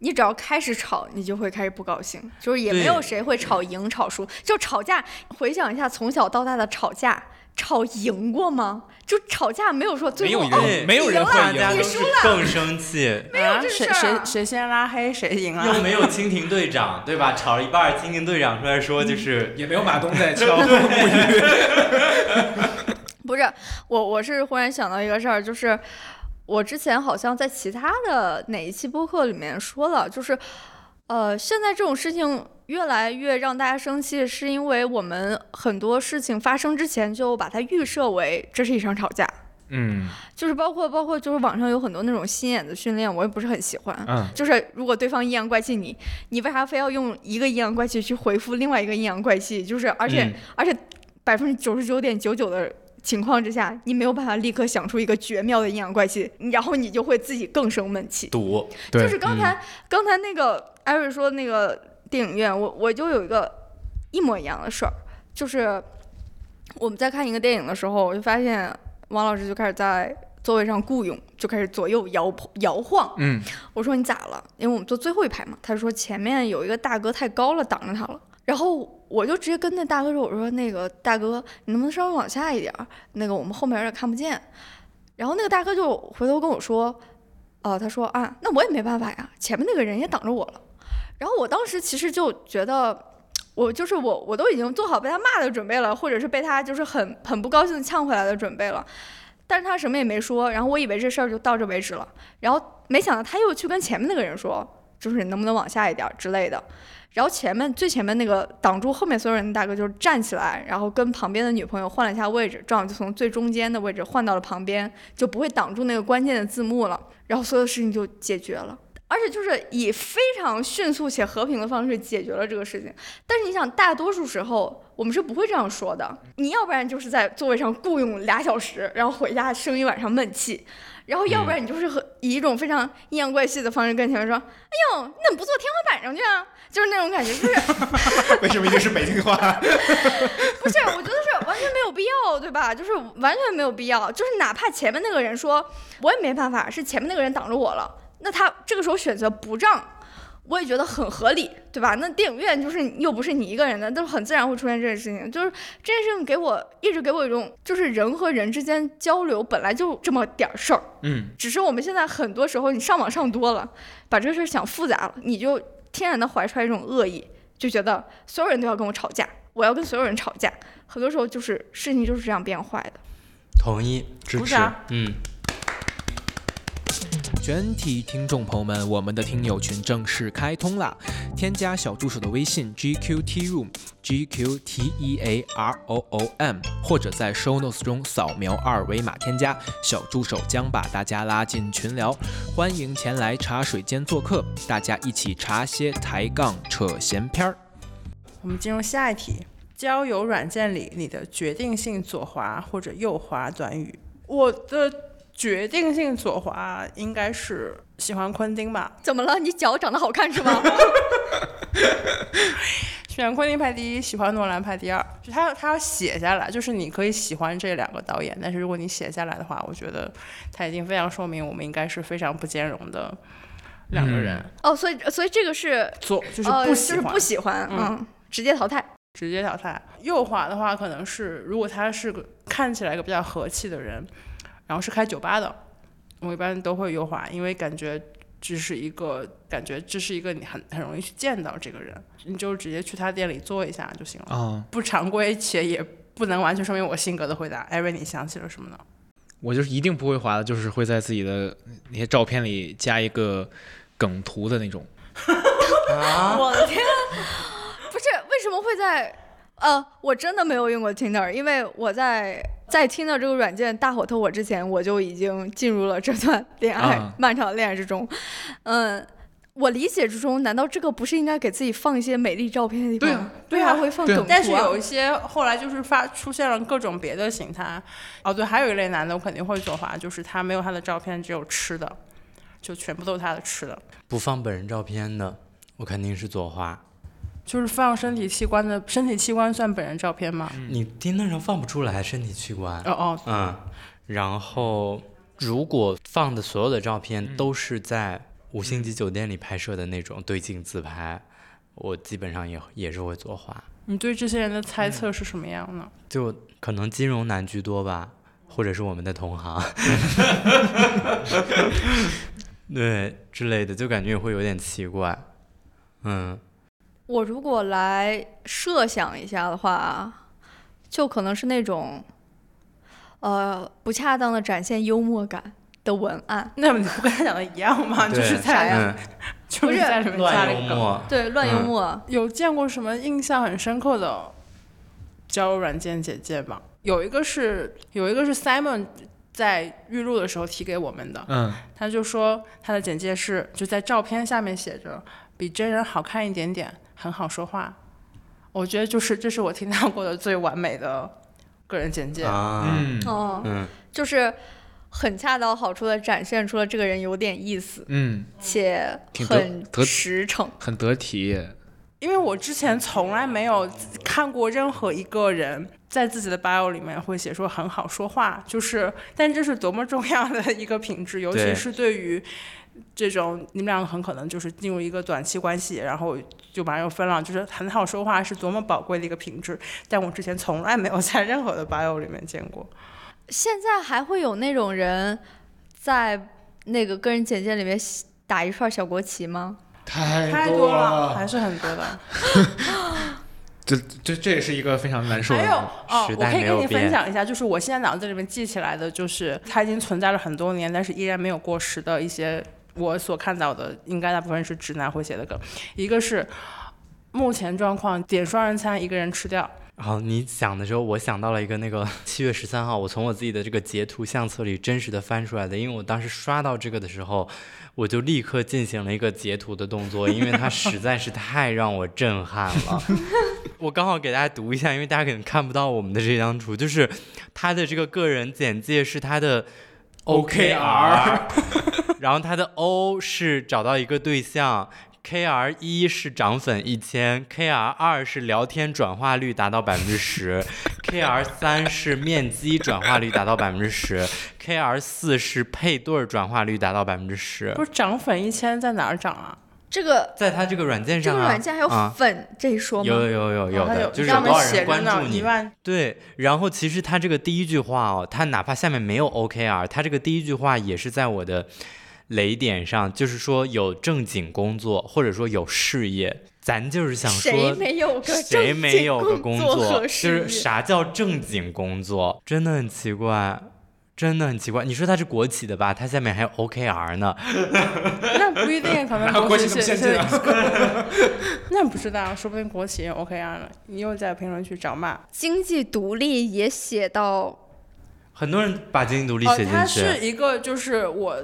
S4: 你只要开始吵，你就会开始不高兴，就是也没
S2: 对
S4: 有谁会吵赢、吵输。就吵架，回想一下从小到大的吵架，吵赢过吗？就吵架没有说 最
S3: 没有
S4: 后
S3: 人
S4: 哦
S2: 对
S3: 没有人会
S2: 大
S3: 赢
S2: 家
S4: 你
S2: 都
S4: 输
S2: 是
S4: 了
S2: 更生 气。
S1: 啊，
S4: 这个
S1: 谁
S4: 事儿
S1: 谁
S4: 啊
S1: 谁先拉黑谁赢啊
S2: 又？没有蜻蜓队长，对吧？吵了一半儿，蜻蜓队长出来说
S4: 嗯
S2: 就是，
S3: 也没有马东在敲。
S4: 不是我，我是忽然想到一个事儿，就是我之前好像在其他的哪一期播客里面说了，就是，呃，现在这种事情越来越让大家生气，是因为我们很多事情发生之前就把它预设为这是一场吵架，
S3: 嗯
S4: 就是包括包括就是网上有很多那种心眼子训练，我也不是很喜欢。
S3: 嗯，
S4: 就是如果对方阴阳怪气你，你为啥非要用一个阴阳怪气去回复另外一个阴阳怪气？就是而且、
S2: 嗯
S4: 而且百分之九十九点九九的情况之下，你没有办法立刻想出一个绝妙的阴阳怪气，然后你就会自己更生闷气。
S2: 赌，
S3: 对
S4: 就是刚才、刚才那个艾瑞说那个电影院，我我就有一个一模一样的事儿，就是我们在看一个电影的时候，我就发现王老师就开始在座位上雇佣，就开始左右摇摇晃。
S3: 嗯
S4: 我说你咋了？因为我们坐最后一排嘛。他说前面有一个大哥太高了，挡着他了。然后我就直接跟那大哥说：“我说那个大哥，你能不能稍微往下一点儿？那个我们后面有点看不见。”然后那个大哥就回头跟我说：“哦、他说啊，那我也没办法呀，前面那个人也挡着我了。”然后我当时其实就觉得，我就是我，我都已经做好被他骂的准备了，或者是被他就是很很不高兴地呛回来的准备了。但是他什么也没说，然后我以为这事儿就到这为止了。然后没想到他又去跟前面那个人说，就是能不能往下一点儿之类的。然后前面最前面那个挡住后面所有人的大哥就是站起来，然后跟旁边的女朋友换了一下位置，正好就从最中间的位置换到了旁边，就不会挡住那个关键的字幕了。然后所有事情就解决了，而且就是以非常迅速且和平的方式解决了这个事情。但是你想，大多数时候我们是不会这样说的。你要不然就是在座位上雇佣俩小时，然后回家生一晚上闷气，然后要不然你就是和以一种非常阴阳怪气的方式跟前面说：“哎呦，你怎么不坐天花板上去啊？”就是那种感觉，就是
S3: 为什么一定是北京话？
S4: 不是，我觉得是完全没有必要，对吧？就是完全没有必要，就是哪怕前面那个人说我也没办法，是前面那个人挡着我了，那他这个时候选择不让，我也觉得很合理，对吧？那电影院就是又不是你一个人的，都很自然会出现这件事情。就是这件事情给我一直给我一种，就是人和人之间交流本来就这么点儿事儿，
S3: 嗯，
S4: 只是我们现在很多时候你上网上多了，把这事儿想复杂了，你就天然的怀揣一种恶意，就觉得所有人都要跟我吵架，我要跟所有人吵架。很多时候就是事情就是这样变坏的。
S2: 同意，
S3: 支
S1: 鼓
S3: 持。
S4: 啊
S1: 掌。
S2: 嗯。
S3: 全体听众朋友们，我们的听友群正式开通啦！添加小助手的微信 GQT Room G Q T E A R O O M，或者在 Show Notes 中扫描二维码添加，小助手将把大家拉进群聊，欢迎前来茶水间做客，大家一起茶歇抬杠扯闲篇儿。
S1: 我们进入下一题，交友软件里你的决定性左滑或者右滑短语。我的决定性左滑应该是喜欢昆汀吧，
S4: 怎么了？你脚长得好看是吗？
S1: 选昆汀排第一，喜欢诺兰排第二。就他他要写下来，就是你可以喜欢这两个导演，但是如果你写下来的话，我觉得他已经非常说明我们应该是非常不兼容的两个人。
S4: 哦，所以所以这个是
S1: 左哦就是
S4: 呃
S1: 不喜
S4: 就是
S1: 欢，
S4: 不喜欢，嗯，直接淘汰。
S1: 直接淘汰。右滑的话，可能是如果他是个看起来一个比较和气的人，然后是开酒吧的，我一般都会右滑，因为感觉这是一个感觉这是一个你很很容易去见到这个人，你就直接去他店里坐一下就行了。
S3: 啊，
S1: 不常规且也不能完全说明我性格的回答。艾瑞，你想起了什么呢？
S3: 我就是一定不会滑的，就是会在自己的那些照片里加一个梗图的那种。
S4: 我的天，啊不是为什么会在？呃，我真的没有用过 Tinder，因为我在在 Tinder 这个软件大火特火之前，我就已经进入了这段恋爱、
S3: 啊
S4: 漫长的恋爱之中。嗯，我理解之中，难道这个不是应该给自己放一些美丽照片的地方？
S1: 对啊对啊
S4: 为啥会放
S3: 对
S4: 梗
S3: 啊
S4: 图、啊？
S1: 但是有一些后来就是发出现了各种别的形态。哦，对，还有一类男的我肯定会左滑，就是他没有他的照片，只有吃的，就全部都是他的吃的，
S2: 不放本人照片的，我肯定是左滑。
S1: 就是放身体器官的身体器官算本人照片吗？
S2: 你 Tinder 上放不出来身体器官。
S1: 哦哦，
S2: 嗯，然后如果放的所有的照片都是在五星级酒店里拍摄的那种对镜自拍，我基本上也也是会左滑，
S1: 你对这些人的猜
S2: 嗯
S1: 测是什么样呢？
S2: 就可能金融男居多吧，或者是我们的同 行，对之类的，就感觉也会有点奇怪。嗯，
S4: 我如果来设想一下的话，就可能是那种，呃，不恰当的展现幽默感，的文案，
S1: 那你不跟他讲的一样吗？
S2: 对
S1: 就是在
S2: 嗯
S1: 就
S4: 不是
S1: 在里面加
S2: 乱
S1: 了
S2: 幽
S1: 一个。
S2: 默，
S4: 对，乱
S1: 嗯
S4: 幽默。
S1: 有见过什么印象很深刻的交友软件简介吗？有一个是有一个是 Simon 在预录的时候提给我们的，
S3: 嗯，
S1: 他就说他的简介是就在照片下面写着比真人好看一点点，很好说话。我觉得就是这是我听到过的最完美的个人简介。
S2: 啊，
S3: 嗯
S4: 哦，
S2: 嗯，
S4: 就是很恰到好处的展现出了这个人有点意思，
S3: 嗯，
S4: 且
S3: 挺得
S4: 很
S3: 得
S4: 实诚。
S3: 很得体，
S1: 因为我之前从来没有看过任何一个人在自己的 bio 里面会写说很好说话，就是，但这是多么重要的一个品质，尤其
S2: 对
S1: 是对于这种你们两个很可能就是进入一个短期关系，然后就马上又分了，就是很好说话是多么宝贵的一个品质，但我之前从来没有在任何的 bio 里面见过。
S4: 现在还会有那种人在那个个人简介里面写打一串小国旗吗？
S3: 太
S1: 太哎多了，还是很多的。
S3: 这这这也是一个非常难受的
S1: 还有
S3: 问题。
S1: 哦，
S2: 时
S1: 我
S2: 代
S1: 可以
S2: 没
S1: 跟
S2: 有
S1: 你分
S2: 变
S1: 享一下，就是我现在脑子里面记起来的，就是它已经存在了很多年，但是依然没有过时的一些我所看到的，应该大部分是直男会写的梗。一个是目前状况，点双人餐一个人吃掉，
S2: 好，你讲的时候，我想到了一个那个 七月十三号，我从我自己的这个截图相册里真实的翻出来的，因为我当时刷到这个的时候，我就立刻进行了一个截图的动作，因为它实在是太让我震撼了。我刚好给大家读一下，因为大家可能看不到我们的这张图，就是他的这个个人简介是他的 OKR，然后他的 O 是找到一个对象。KR 一是涨粉一千，KR 二是聊天转化率达到百分之十，KR 三是面基转化率达到百分之十，KR 四是配对儿转化率达到百分之十
S1: 不。是涨粉一千在哪儿涨啊？
S4: 这个
S2: 在 他这个软件
S4: 这
S2: 上、啊，
S4: 个软件还有
S2: 啊、
S4: 粉、这一说吗？
S2: 有有有有
S1: 它
S2: 的，
S1: 哦有
S2: 就是
S1: 上
S2: 有
S1: 面
S2: 多少
S1: 写着
S2: 人关
S1: 呢
S2: 注，你
S1: 一万
S2: 对，然后其实他这个第一句话哦，他哪怕下面没有 OKR，他这个第一句话也是在我的雷点上，就是说有正经工作，或者说有事业，咱就是想
S4: 谁
S2: 说。
S4: 没有个
S2: 谁没有个
S4: 工
S2: 工
S4: 和
S2: 就
S4: 事
S2: 是
S4: 业
S2: 啥叫正经工作？真的很奇怪，真的很奇怪。你说他是国企的吧？他下面还有 OKR 呢，
S1: 那不一定，可能
S3: 哪有
S1: 国
S3: 国
S1: 企
S3: 企这么
S1: 写
S3: 先进
S1: 写
S3: 啊，
S1: 那不知道，说不定国企也 OK 啊呢。你又在评论区找骂。
S4: 经济独立也写到
S2: 很多人把经济独立
S1: 哦
S2: 写，进
S1: 它
S2: 去。
S1: 是一个，就是我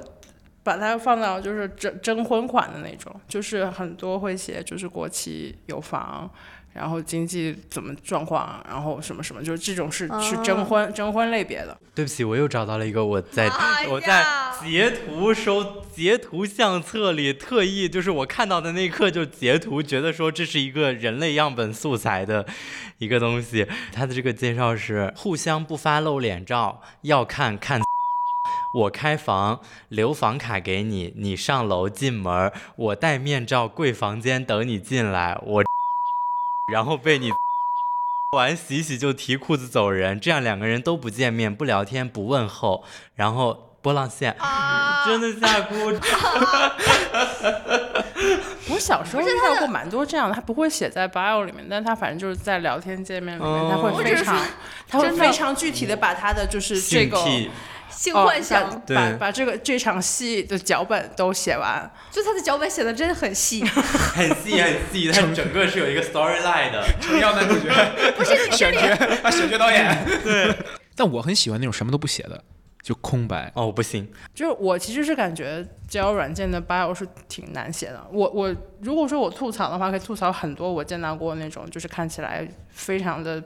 S1: 把它放到就是征征婚款的那种，就是很多会写就是国企有房，然后经济怎么状况，然后什么什么，就是这种是、是
S4: 哦
S1: 征婚征婚类别的。
S2: 对不起，我又找到了一个我在、
S4: 哎呀
S2: 我在截图收截图相册里特意就是我看到的那一刻就截图，觉得说这是一个人类样本素材的一个东西。它的这个介绍是互相不发露脸照，要看看。我开房，留房卡给你，你上楼进门儿，我戴面罩跪房间等你进来，我，然后被你完洗洗就提裤子走人，这样两个人都不见面、不聊天、不问候，然后波浪线，
S4: 啊
S2: 真的吓哭。
S1: 我小时候遇到过蛮多这样的，他不会写在 bio 里面，但他反正就是在聊天界面里面，
S2: 哦
S1: 他会非常，他会
S4: 真的
S1: 非常具体的把他的就是这
S2: 性
S1: 个。
S2: 癖，
S4: 性
S1: 哦
S4: 幻想，
S1: 把把
S2: 对
S1: 把这个这场戏的脚本都写完，
S4: 就他的脚本写的真的很 细，
S2: 很细很细，它整个是有一个 storyline 的。
S3: 成要男主角
S4: 不是你是
S3: 选
S4: 你
S3: 角啊，选角导演。对，但我很喜欢那种什么都不写的，就空白。
S2: 哦，不行，
S1: 就是我其实是感觉交友软件的 bio 是挺难写的。我我如果说我吐槽的话，可以吐槽很多我见到过那种就是看起来非常的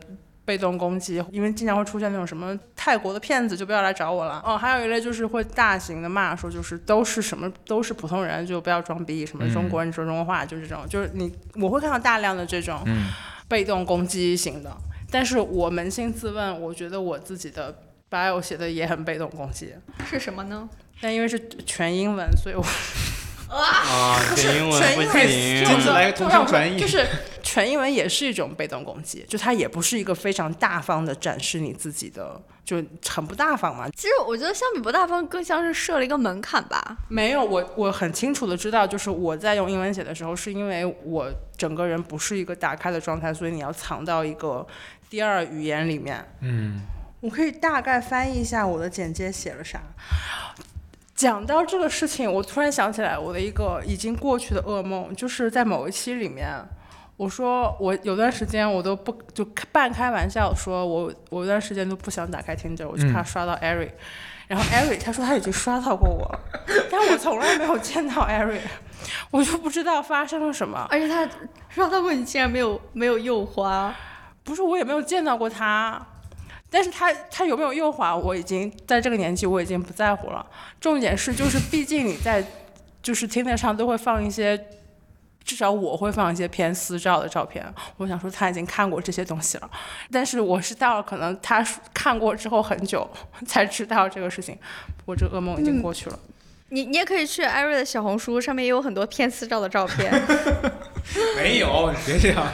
S1: 被动攻击，因为经常会出现那种什么泰国的骗子就不要来找我了。哦，还有一类就是会大型的骂说就是都是什么都是普通人，就不要装逼，什么中国人说中国话，就这种，就是你我会看到大量的这种
S3: 嗯
S1: 被动攻击型的。但是我扪心自问，我觉得我自己的 bio 写的也很被动攻击。
S4: 是什么呢？
S1: 但因为是全英文，所以我
S2: 啊，全英文不
S1: 全
S2: 行。
S3: 文字来个同声传译
S1: 就是全英文也是一种被动攻击，就它也不是一个非常大方的展示你自己的，就很不大方嘛。
S4: 其实我觉得相比不大方，更像是设了一个门槛吧。
S1: 没有，我我很清楚的知道，就是我在用英文写的时候，是因为我整个人不是一个打开的状态，所以你要藏到一个第二语言里面。
S3: 嗯，
S1: 我可以大概翻译一下我的简介写了啥。讲到这个事情，我突然想起来我的一个已经过去的噩梦，就是在某一期里面，我说我有段时间我都不就半开玩笑说我我有段时间都不想打开 Tinder，我就怕刷到 Eric，、然后 Eric 他说他已经刷到过我 了，但我从来没有见到 Eric，我就不知道发生了什么。
S4: 而且他让他问你竟然没有没有右滑，
S1: 不是我也没有见到过他，但是他他有没有右滑，我已经在这个年纪我已经不在乎了。重点是就是，毕竟你在就是 Tinder 上都会放一些，至少我会放一些偏私照的照片。我想说他已经看过这些东西了，但是我是到了可能他看过之后很久才知道这个事情。我这个噩梦已经过去了。
S4: 你你也可以去艾瑞的小红书，上面也有很多骗私照的照 片。
S3: 没有，你别这样。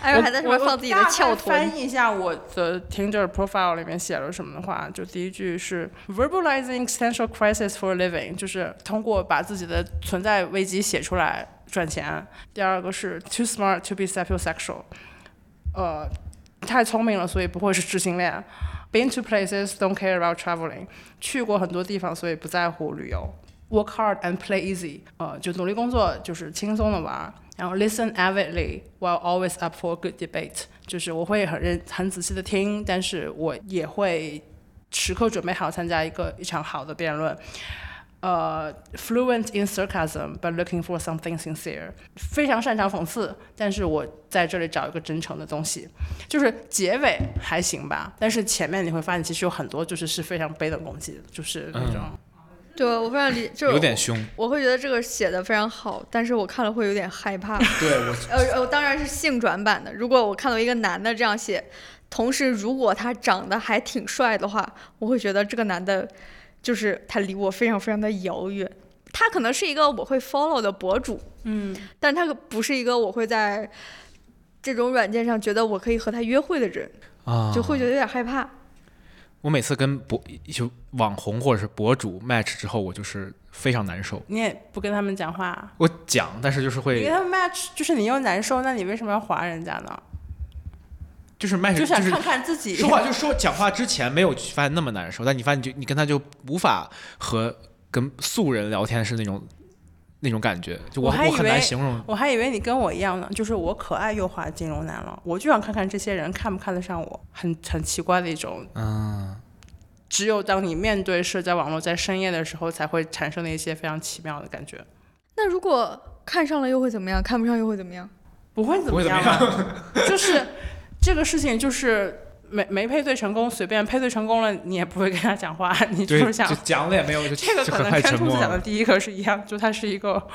S4: 艾哎瑞还在上面
S1: 我
S4: 放自己的翘
S1: 我大概
S4: 臀
S1: 翻，译一下我的 Tinder profile 里面写了什么的话，就第一句是 verbalizing existential crisis for a living，就是通过把自己的存在危机写出来赚钱。第二个是 too smart to be sapiosexual，呃，太聪明了，所以不会是知性恋。Been to places, don't care about traveling。去过很多地方，所以不在乎旅游。Work hard and play easy，呃，就努力工作，就是轻松的玩儿。然后 listen avidly while always up for a good debate，就是我会很认很仔细的听，但是我也会时刻准备好参加一个一场好的辩论。呃、f l u e n t in sarcasm but looking for something sincere，非常擅长讽刺，但是我在这里找一个真诚的东西。就是结尾还行吧，但是前面你会发现其实有很多就是是非常卑等攻击的，就是那种、
S4: 对我非常理，就是
S3: 有点凶。
S4: 我会觉得这个写的非常好，但是我看了会有点害怕。
S3: 对我
S4: 呃呃，当然是性转版的。如果我看到一个男的这样写，同时如果他长得还挺帅的话，我会觉得这个男的，就是他离我非常非常的遥远。他可能是一个我会 follow 的博主，
S1: 嗯，
S4: 但他不是一个我会在这种软件上觉得我可以和他约会的人，
S3: 啊，
S4: 就会觉得有点害怕。
S3: 我每次跟博就网红或者是博主 match 之后，我就是非常难受。
S1: 你也不跟他们讲话，
S3: 我讲，但是就是
S1: 你跟
S3: 会
S1: 他们 match，就是你又难受，那你为什么要划人家呢？
S3: 哎就是 match
S1: 就想
S3: 是
S1: 看看自 己。
S3: 说话就说讲话之前没有发现那么难受，但你发现就你跟他就无法和跟素人聊天是那种那种感觉，就
S1: 我
S3: 我
S1: 还以
S3: 很
S1: 为
S3: 难形容。
S1: 我还以为你跟我一样呢，就是我可爱又滑金融男了，我就想看看这些人看不看得上我，很很奇怪的一种。
S3: 嗯，
S1: 只有当你面对社交网络在深夜的时候，才会产生的一些非常奇妙的感觉。
S4: 那如果看上了又会怎么样？看不上又会怎么样？
S1: 不会怎
S3: 不
S1: 么
S3: 会怎么
S1: 样啊 吧， 就是这个事情就是。没没配对成功，随便配对成功了，你也不会跟他讲话，你就
S3: 对，
S1: 是想
S3: 就讲了也没有，就
S1: 这个
S3: 就
S1: 可
S3: 很
S1: 能
S3: 快
S1: 跟
S3: 沉
S1: 兔
S3: 默
S1: 子讲的
S3: 了。
S1: 第一个是一样，就它是一个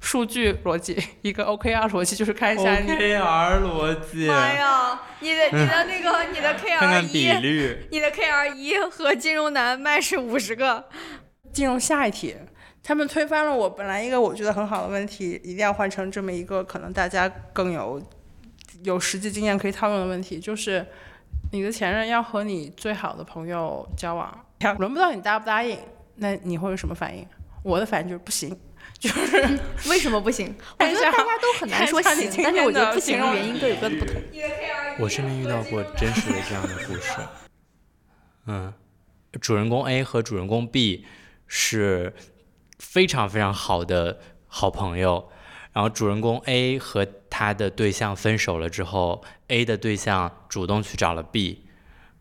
S1: 数据逻辑，一个 OKR 逻辑，就是看一下你
S2: OKR 逻辑，
S4: 呀，你的你的那个你的 KR
S2: 嗯看看比率。
S4: 你的 KR 一和金融男卖是五十个，
S1: 进入下一题，他们推翻了我本来一个我觉得很好的问题，一定要换成这么一个可能大家更有有实际经验可以套用的问题，就是你的前任要和你最好的朋友交往，轮不到你答不答应，那你会有什么反应？我的反应就是不行，就是
S4: 为什么不行？我
S1: 看一
S4: 觉得
S1: 下
S4: 大家都很难说
S1: 看一下
S4: 行
S1: 你，今
S4: 但是我觉
S1: 天
S4: 得
S1: 的
S4: 不行
S1: 形
S4: 的
S1: 容
S4: 原因各有各的不同。
S2: 我身边遇到过真实的这样的故事。嗯，主人公 A 和主人公 B 是非常非常好的好朋友，然后主人公 A 和他的对象分手了之后，A 的对象主动去找了 B，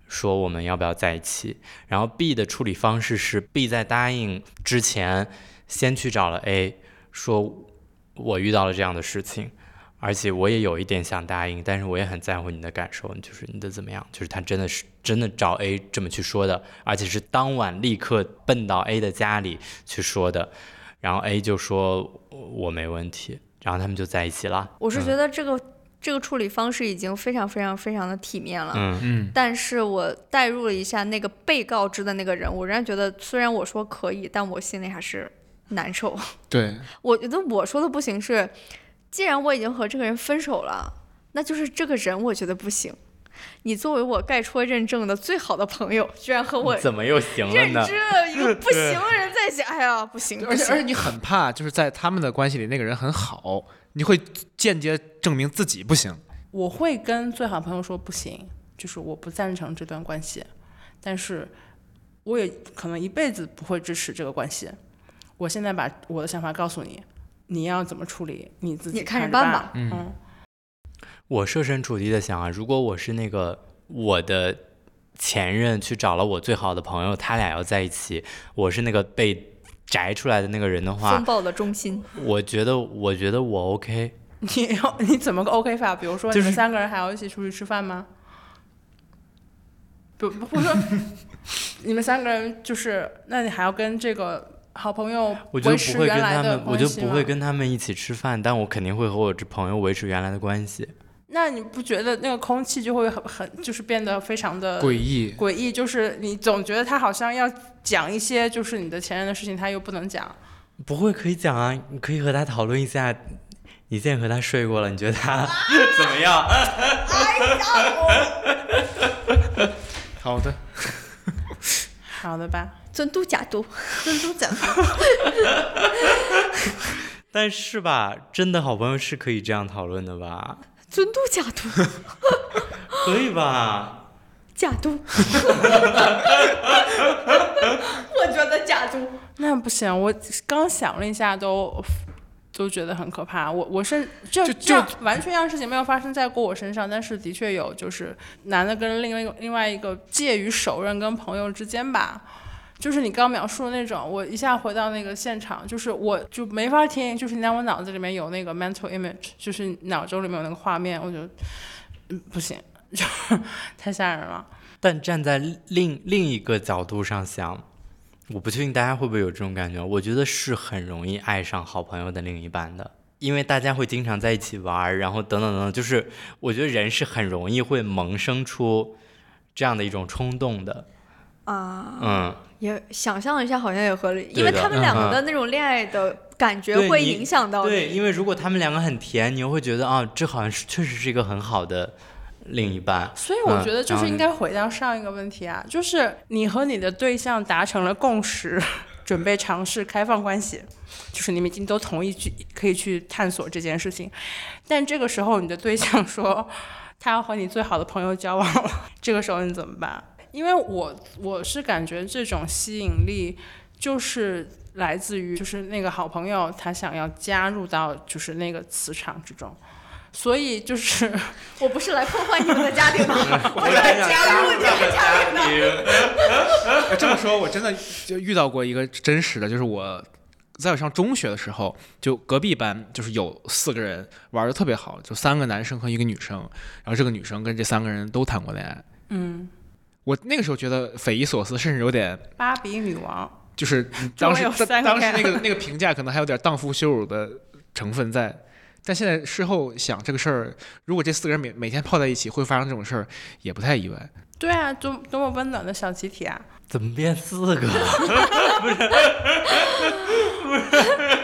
S2: 说我们要不要在一起？然后 B 的处理方式是 B 在答应之前先去找了 A，说我遇到了这样的事情。而且我也有一点想答应，但是我也很在乎你的感受，就是你的怎么样？就是他真的是真的找 A 这么去说的，而且是当晚立刻奔到 A 的家里去说的，然后 A 就说我我没问题，然后他们就在一起了。
S4: 我是觉得这个
S2: 嗯
S4: 这个处理方式已经非常非常非常的体面了。
S2: 嗯，
S3: 嗯，
S4: 但是我代入了一下那个被告知的那个人，我仍然觉得，虽然我说可以，但我心里还是难受。
S3: 对，
S4: 我觉得我说的不行是，既然我已经和这个人分手了，那就是这个人我觉得不行。你作为我盖戳认证的最好的朋友，居然和我
S2: 嗯怎么又行了
S4: 认
S2: 呢？
S4: 知了一个不行的人在一起，哎呀，不行，
S3: 对
S4: 不
S3: 而且而且
S4: 行。
S3: 你很怕，就是在他们的关系里那个人很好，你会间接证明自己不行。
S1: 我会跟最好朋友说不行，就是我不赞成这段关系，但是我也可能一辈子不会支持这个关系。我现在把我的想法告诉你，你要怎么处理你自己
S4: 你看着
S1: 着
S4: 办
S1: 吧
S4: 吧。
S3: 嗯
S1: 嗯，
S2: 我设身处地的想啊，如果我是那个我的前任去找了我最好的朋友，他俩要在一起，我是那个被摘出来的那个人的话
S4: 风，暴的中心，
S2: 我觉得，我觉得我 OK。
S1: 你要你怎么个 OK 法？比如说
S2: 就
S1: 你
S2: 是
S1: 们三个人还要一起出去吃饭吗？不，不说 你们三个人就是，那你还要跟这个好朋友
S2: 我就
S1: 维
S2: 不
S1: 持
S2: 会
S1: 原
S2: 跟
S1: 来
S2: 他
S1: 的
S2: 们，我
S1: 关
S2: 就
S1: 系
S2: 不
S1: 吗
S2: 会跟他们一起吃饭，但我肯定会和我这朋友维持原来的关系。
S1: 那你不觉得那个空气就会很很就是变得非常的
S3: 诡异，
S1: 诡异？就是你总觉得他好像要讲一些就是你的前任的事情，他又不能讲。
S2: 不会可以讲啊，你可以和他讨论一下。你现在和他睡过了，你觉得他 怎么样？
S3: 好的，
S1: 好的吧，
S4: 尊嘟假 嘟，尊嘟假嘟。
S2: 但是吧，真的好朋友是可以这样讨论的吧？
S4: 尊嘟假嘟，
S2: 可以吧？
S4: 假 嘟。 我觉得假嘟，
S1: 那不行，我刚想了一下都。都觉得很可怕，我我是这
S3: 就
S1: 这样完全这样事情没有发生在过我身上，但是的确有，就是男的跟另外一个另外一个介于熟人跟朋友之间吧，就是你刚描述的那种，我一下回到那个现场，就是我就没法听，就是你在我脑子里面有那个 mental image，就是脑中里面有那个画面，我就嗯不行，就 太吓人了。
S2: 但站在另另一个角度上想，我不确定大家会不会有这种感觉。我觉得是很容易爱上好朋友的另一半的，因为大家会经常在一起玩儿，然后等等等等，就是我觉得人是很容易会萌生出这样的一种冲动的。
S4: 啊，
S2: 嗯，
S4: 也想象一下，好像也合理，
S2: 对
S4: 因为
S2: 的
S4: 他们两
S2: 嗯
S4: 个的那种恋爱的感觉
S2: 对
S4: 会
S2: 你
S4: 影响到
S2: 对，
S4: 你。
S2: 因为如果他们两个很甜，你又会觉得啊，这好像是确实是一个很好的另一半。
S1: 所以我
S2: 嗯
S1: 觉得就
S2: 然后
S1: 是应该回到上一个问题啊，就是你和你的对象达成了共识， 准备尝试开放关系，就是你们已经都同意去可以去探索这件事情，但这个时候你的对象说他要和你最好的朋友交往了，这个时候你怎么办？因为我我是感觉这种吸引力就是来自于就是那个好朋友他想要加入到就是那个磁场之中，所以就是。
S4: 我不是来破坏你们的家庭吗？我
S2: 来
S4: 来加入你们的家庭。
S3: 哎这么说，我真的就遇到过一个真实的，就是我在我上中学的时候，就隔壁班就是有四个人玩的特别好，就三个男生和一个女生，然后这个女生跟这三个人都谈过恋爱。
S1: 嗯，
S3: 我那个时候觉得匪夷所思，甚至有点
S1: 芭比女王，
S3: 就是当时
S1: 有
S3: 当
S1: 三个
S3: 当时
S1: 人
S3: 那 个那个评价可能还有点荡妇羞辱的成分在。但现在事后想这个事儿，如果这四个人每每天泡在一起，会发生这种事儿，也不太意外。
S1: 对啊，多多么温暖的小集体啊！
S2: 怎么变四 个？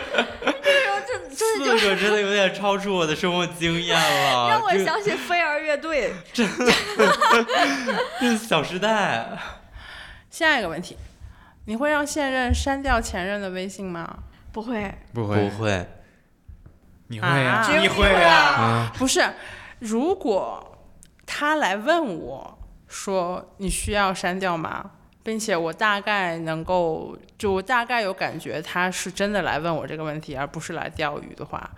S4: 这这
S2: 四个真的有点超出我的生活经验了。
S4: 让我
S2: 这
S4: 想起飞儿乐队，
S2: 这是《小时代》
S1: 下一个问题，你会让现任删掉前任的微信吗？
S4: 不会，
S3: 不
S2: 不会，
S3: 你会呀、
S1: 啊
S4: 只有
S3: 会呀、
S4: 啊，
S1: 不是，如果他来问我说你需要删掉吗？并且我大概能够，就我大概有感觉他是真的来问我这个问题，而不是来钓鱼的话，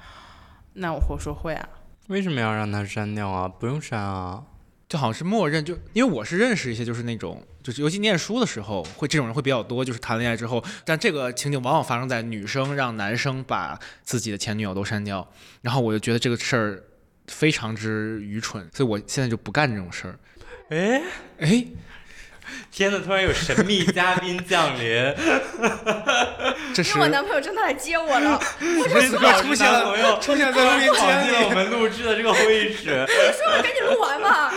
S1: 那我会说会啊。
S2: 为什么要让他删掉啊？不用删啊。
S3: 就好像是默认就，因为我是认识一些就是那种，就是尤其念书的时候会这种人会比较多，就是谈恋爱之后，但这个情景往往发生在女生让男生把自己的前女友都删掉，然后我就觉得这个事儿非常之愚蠢，所以我现在就不干这种事儿。
S2: 哎，
S3: 哎，
S2: 天呐，突然有神秘嘉宾降 临，
S3: 这
S4: 因
S3: 是
S4: 为我男朋友真的来接我了，
S3: 此时此刻出现
S2: 朋
S3: 了，
S2: 友
S3: 出现在录 音
S2: 跑进
S3: 间
S2: 我
S3: 里。
S2: 们录制的这个会议室。
S4: 我说我赶紧录完吧。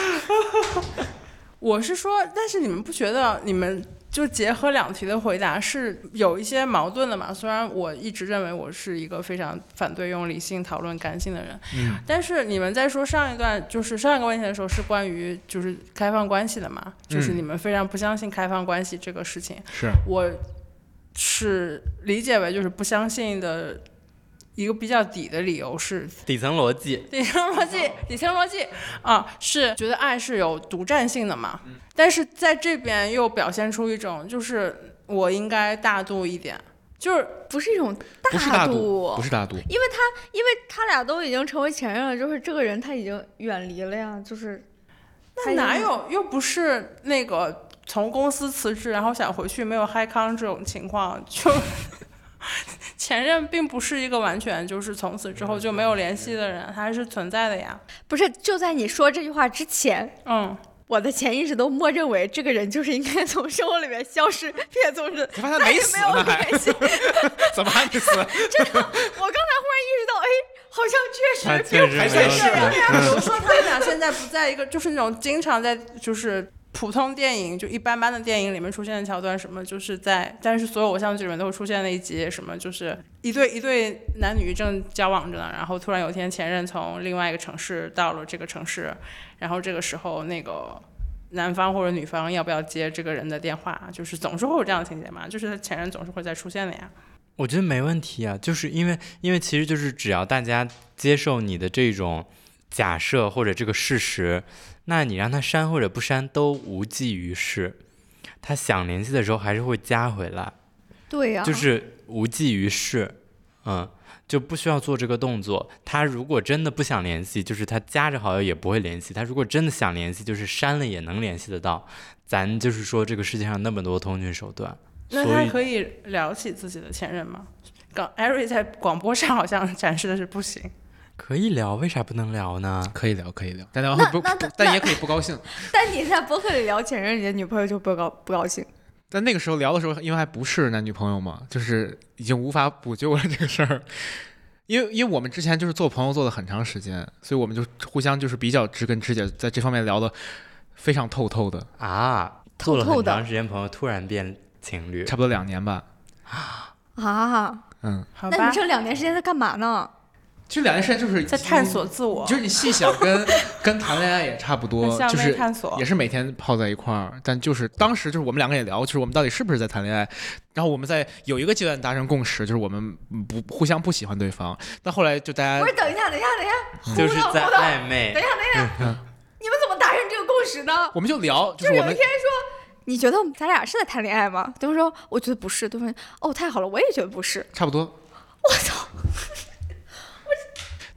S1: 我是说，但是你们不觉得你们就结合两题的回答是有一些矛盾的嘛？虽然我一直认为我是一个非常反对用理性讨论感性的人，
S3: 嗯
S1: 但是你们在说上一段就是上一个问题的时候是关于就是开放关系的嘛，就是
S3: 嗯
S1: 你们非常不相信开放关系这个事情，
S3: 是
S1: 我是理解为就是不相信的一个比较底的理由是，
S2: 底层逻辑，
S1: 底层逻辑，底层逻辑啊，是觉得爱是有独占性的嘛，但是在这边又表现出一种就是我应该大度一点，就是
S4: 不是一种
S3: 不是
S4: 大
S3: 度，不是大度，
S4: 因为他因为他俩都已经成为前任了，就是这个人他已经远离了呀，就是他
S1: 那
S4: 已经
S1: 哪有又不是那个从公司辞职然后想回去没有嗨康这种情况，就 前任并不是一个完全就是从此之后就没有联系的人，他还是存在的呀，
S4: 不是就在你说这句话之前，
S1: 嗯，
S4: 我的潜意识都默认为这个人就是应该从生活里面消失， 别总 是
S3: 你发现
S4: 再
S3: 没
S4: 也
S3: 死
S4: 没有
S3: 呢还
S4: 联系。
S3: 怎么还没死？
S4: 真的，我刚才忽然意识到，哎，好像
S2: 他
S4: 确实
S2: 确
S4: 并
S2: 实
S4: 不
S3: 还
S2: 没
S3: 在
S4: 是
S2: 有
S4: 这
S3: 是
S4: 样。
S1: 对呀，
S2: 嗯
S1: 比如说 他们俩现在不在一个，就是那种经常在就是普通电影就一般般的电影里面出现的桥段，什么就是在，但是所有偶像剧里面都会出现的一集，什么就是一对一对男女正交往着呢，然后突然有一天前任从另外一个城市到了这个城市，然后这个时候那个。男方或者女方要不要接这个人的电话，就是总是会有这样的情节嘛，就是他前任总是会再出现的呀。
S2: 我觉得没问题啊，就是因为因为其实就是只要大家接受你的这种假设或者这个事实，那你让他删或者不删都无济于事，他想联系的时候还是会加回来。
S4: 对呀、
S2: 就是无济于事，嗯，就不需要做这个动作。他如果真的不想联系，就是他加着好友也不会联系；他如果真的想联系，就是删了也能联系得到。咱就是说，这个世界上那么多通讯手段，
S1: 那
S2: 所
S1: 他
S2: 以
S1: 可以聊起自己的前任吗？刚艾瑞在广播上好像展示的是不行，
S2: 可以聊，为啥不能聊呢？
S3: 可以聊，可以聊，但聊会不，不但也可以不高兴。
S4: 但你在博客里聊前任，你的女朋友就不高不高兴。
S3: 但那个时候聊的时候，因为还不是男女朋友嘛，就是已经无法补救了这个事儿。因为因为我们之前就是做朋友做了很长时间，所以我们就互相就是比较知根知底，在这方面聊的非常透透的，
S2: 啊，做了
S4: 偷
S2: 很
S4: 偷的
S2: 长时间朋友，突然变情侣
S3: 差，不多两年吧。
S4: 啊，
S3: 嗯，
S1: 好
S4: 那
S1: 吧
S4: 你？这两年时间在干嘛呢？
S3: 其实两年时间就是
S1: 在探，索自我，
S3: 就是你细想跟跟谈恋爱也差不
S1: 跟
S3: 多，
S1: 向
S3: 就
S1: 内
S3: 是
S1: 探索
S3: 也。是每天泡在一块儿，但就是当时就是我们两个也聊，就是我们到底是不是在谈恋爱，然后我们在有一个阶段达成共识，就是我们不互相不喜欢对方，但后来就大家
S4: 不是，等一下，等一下，等一下，
S2: 呃就
S4: 胡
S2: 是
S4: 闹
S2: 在
S4: 胡闹
S2: 暧昧
S4: 等一。下，等一下， 你们怎么达成这个共识呢？
S3: 我们就聊，就
S4: 就是
S3: 我
S4: 有一
S3: 们
S4: 天说，你觉得我们咱俩是在谈恋爱吗？对方说，我觉得不是。对方说哦，太好了，我也觉得不是。
S3: 差不多。
S4: 我操，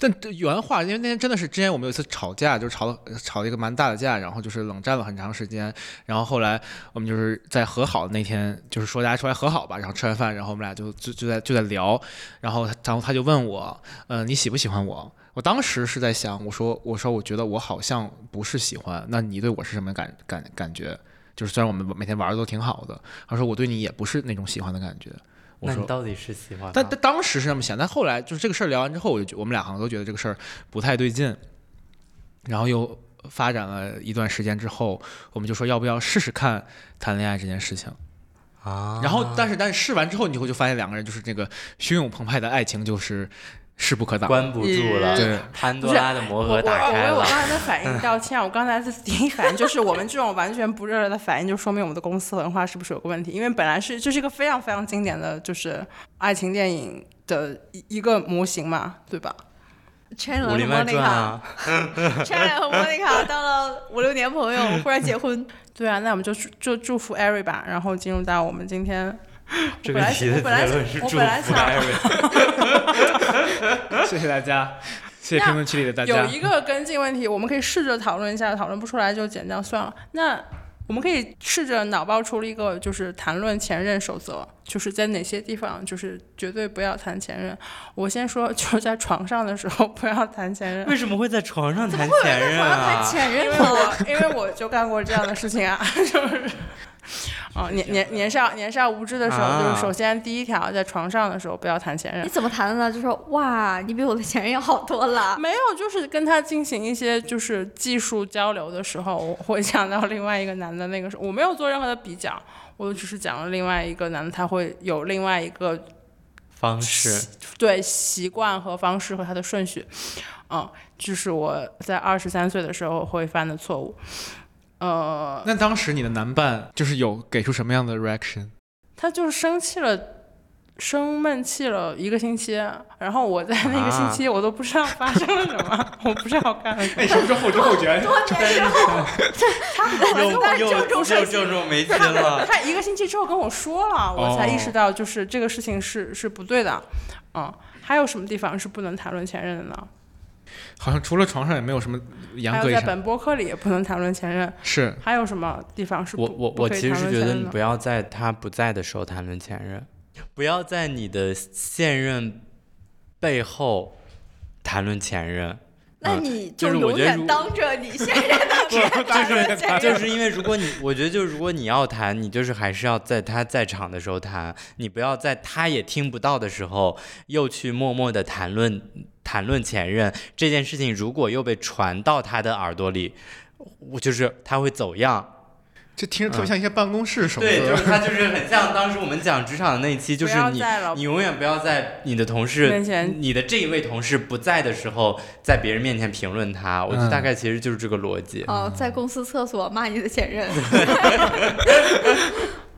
S3: 但原话，因为那天真的是之前我们有一次吵架，就是吵了呃吵了一个蛮大的架，然后就是冷战了很长时间，然后后来我们就是在和好的那天，就是说大家出来和好吧，然后吃完饭，然后我们俩就就就在就在聊，然后他然后他就问我，呃，你喜不喜欢我？我当时是在想，我说我说我觉得我好像不是喜欢，那你对我是什么感感感觉？就是虽然我们每天玩的都挺好的，他说我对你也不是那种喜欢的感觉。我
S2: 那
S3: 说
S2: 你到底是喜欢
S3: 但
S2: 他
S3: 但当时是这么想，但后来就是这个事儿聊完之后，我就觉我们俩好像都觉得这个事儿不太对劲，然后又发展了一段时间之后，我们就说要不要试试看谈恋爱这件事情。
S2: 啊？
S3: 然后但是但是试完之后，你会就发现两个人就是这个汹涌澎湃的爱情就是势不可挡。
S2: 关不住了，
S3: 对
S2: 潘
S1: 不
S2: 多
S1: 是
S2: 拉的魔
S1: 我
S2: 盒
S1: 我
S2: 打
S1: 我
S2: 开
S1: 为我
S2: 了
S1: 刚。才的反 应道歉，我刚才的第一反应就是我们这种完全不热烈的反应，就说明我们的公司文化是不是有个问题？因为本来是这是一个非常非常经典的就是爱情电影的一一个模型嘛，对吧？
S4: Chandler
S2: 武
S4: 和
S2: 林外传
S4: Monica，
S2: 啊，
S4: Chandler 和莫妮卡当了五六年朋友，忽然结婚，
S1: 对啊，那我们就祝就祝福艾瑞吧，然后进入到我们今天本
S2: 这个
S1: 来
S2: 题的
S1: 我本来
S2: 结论是
S1: 我
S2: 祝
S1: 本来
S2: 福
S1: 想
S2: Eric
S3: 谢谢大家，谢谢评论区里的大
S1: 有
S3: 家。
S1: 一个跟进问题，我们可以试着讨论一下，讨论不出来就剪掉算了。那我们可以试着脑爆出了一个，就是谈论前任守则，就是在哪些地方就是绝对不要谈前任。我先说，就是在床上的时候不要谈前任，
S2: 为什么会在床上谈
S4: 有
S2: 前
S4: 人在
S2: 任
S4: 床上 谈
S2: 啊？
S4: 前
S1: 因
S4: 任
S1: 为
S4: 吗？
S1: 我因为我就干过这样的事情啊， 就是。哦，年年年少年少无知的时候，
S2: 啊
S1: 就是首先第一条，在床上的时候不要谈前任
S4: 你。怎么谈的呢？就说哇，你比我的前任要好多 了。
S1: 没有，就是跟他进行一些就是技术交流的时候，我会讲到另外一个男的那个时候，我没有做任何的比较，我只是讲了另外一个男的，他会有另外一个
S2: 方式
S1: 对习惯和方式和他的顺序，嗯，这、是我在二十三岁的时候会犯的错误。呃，
S3: 那当时你的男伴就是有给出什么样的 reaction？
S1: 他就生气了，生闷气了一个星期，然后我在那个星期我都不知道发生了什么，我不知道干了什么。
S3: 哎，什么时候后知后觉？
S2: 又
S1: 这
S2: 又
S1: 种
S2: 又
S1: 事
S2: 这
S1: 情
S2: 种没劲了。
S1: 他一个星期之后跟我说了，我才意
S2: 哦
S1: 识到就是这个事情是是不对的。嗯，还有什么地方是不能谈论前任的呢？
S3: 好像除了床上也没有什么严
S1: 还
S3: 格
S1: 有
S3: 以
S1: 在
S3: 上。
S1: 本播客里也不能谈论前任，
S3: 是
S1: 还有什么地方是不
S2: 我我
S1: 不
S2: 我
S1: 可以
S2: 其实
S1: 谈
S2: 是
S1: 论
S2: 觉
S1: 前
S2: 得
S1: 任
S2: 你
S1: 的
S2: 不要在他不在的时候谈论前任，不要在你的现任背后谈论前任。
S4: 那
S2: 嗯
S4: 你
S2: 就是我
S4: 永
S2: 觉得
S4: 远
S2: 如
S4: 当着你现任的面
S2: 就是
S4: 前
S2: 就
S4: 任。
S2: 是因为如果你，我觉得就是如果你要谈，你就是还是要在他在场的时候谈，你不要在他也听不到的时候又去默默的谈论谈论前任这件事情。如果又被传到他的耳朵里，我就是他会走样。
S3: 这听着特别像一些办公室什么
S2: 对，就
S3: 的
S2: 是。他就是很像当时我们讲职场的那一期，就是
S1: 不要
S2: 你
S1: 在了
S2: 你永远不要在你的同事
S1: 面前
S2: 你的这一位同事不在的时候，在别人面前评论他。我觉得大概其实就是这个逻辑。
S4: 哦，在公司厕所骂你的前 任。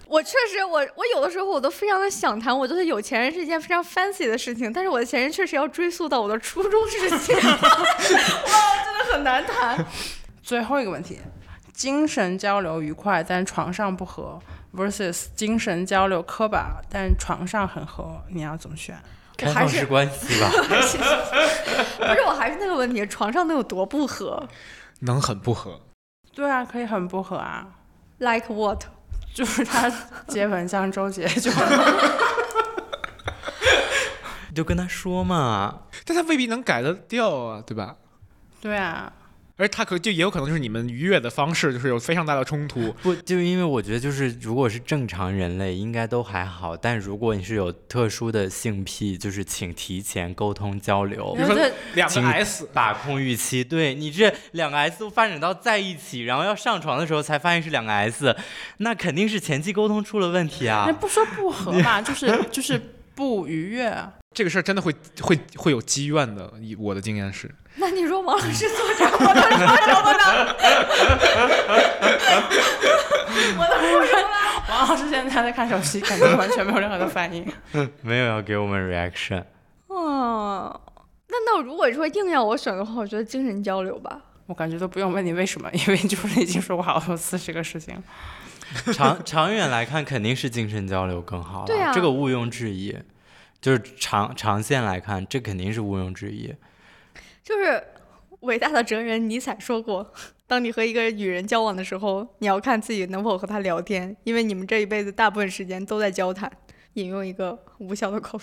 S4: 我确实，我我有的时候我都非常的想谈，我觉得有钱人是一件非常 fancy 的事情，但是我的前任确实要追溯到我的初中时期， 哇，真的很难谈。
S1: 最后一个问题，精神交流愉快但床上不合 versus 精神交流磕巴但床上很合，你要怎么选？
S2: 开
S4: 还
S2: 放
S4: 是
S2: 式关系吧，
S4: 不是，我还是那个问题，床上能有多不合
S3: 能很不合，
S1: 对啊，可以很不合啊，
S4: ？Like what？
S1: 就是他 接吻像周杰就
S2: 你 就跟他说嘛。
S3: 但他未必能改得掉啊，对吧？
S1: 对啊，
S3: 而他可就也有可能就是你们愉悦的方式就是有非常大的 冲突，
S2: 不，就因为我觉得就是，如果是正常人类，应该都还好。但如果你是有特殊的性癖，就是请提前沟通交流
S3: 比。如说
S1: 这
S3: 两个
S2: 请
S3: S，
S2: 把控预期，对你这两个 S 发展到在一起，然后要上床的时候才发现是两个 S，那肯定是前期沟通出了问题啊
S1: 那。不说不合嘛，就是就是不愉悦。啊
S3: 这个事儿真的会会会有积怨的。以我的经验是，
S4: 那你说王老师做这个，我能说什么 呢？我能说什么呢？
S1: 王老师现在在看手机，感觉完全没有任何的反应。
S2: 没有要给我们 reaction，
S4: 哦，那那如果说硬要我选的话，我觉得精神交流吧。
S1: 我感觉都不用问你为什么，因为就是已经说过好多次这个事情了。
S2: 长长远来看肯定是精神交流更好了，
S4: 对啊
S2: 这个毋庸置疑。就是长长线来看，这肯定是毋庸置疑。
S4: 就是伟大的哲人尼采说过，当你和一个与人交往的时候，你要看自己能否和他聊天，因为你们这一辈子大部分时间都在交谈。引用一个无效的 quote，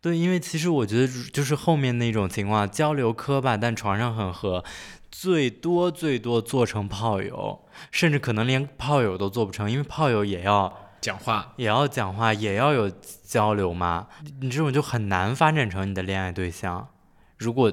S2: 对，因为其实我觉得如就是后面那种情况，交流磕吧，但床上很合，最多最多做成炮友，甚至可能连炮友都做不成，因为炮友也要
S3: 讲话
S2: 也要讲话，也要有交流嘛。你这种就很难发展成你的恋爱对象。如果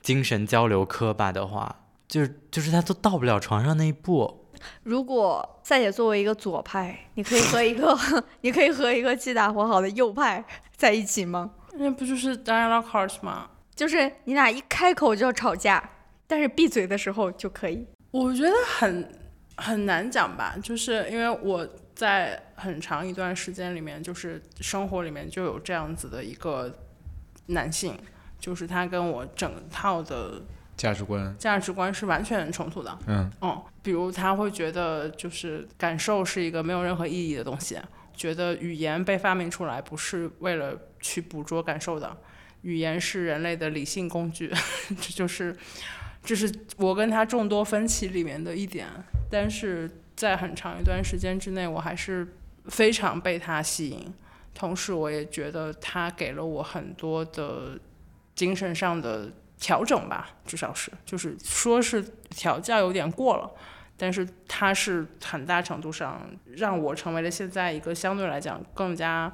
S2: 精神交流磕吧的话，就是就是他都到不了床上那一步。
S4: 如果赛姐作为一个左派，你可以和一个 你可以和一个既大活好的右派 在一起吗？
S1: 那不就是 dialogue cards 吗？
S4: 就是你俩一开口就要吵架，但是闭嘴的时候就可以。
S1: 我觉得很很难讲吧，就是因为我在很长一段时间里面，就是生活里面就有这样子的一个男性，就是他跟我整套的
S3: 价值观，
S1: 价值观是完全冲突的。
S3: 嗯，
S1: 嗯，比如他会觉得就是感受是一个没有任何意义的东西，觉得语言被发明出来不是为了去捕捉感受的，语言是人类的理性工具， 这就是这是我跟他众多分歧里面的一点。但是在很长一段时间之内，我还是非常被他吸引，同时我也觉得他给了我很多的精神上的调整吧，至少是，就是说是调教有点过了，但是它是很大程度上让我成为了现在一个相对来讲更加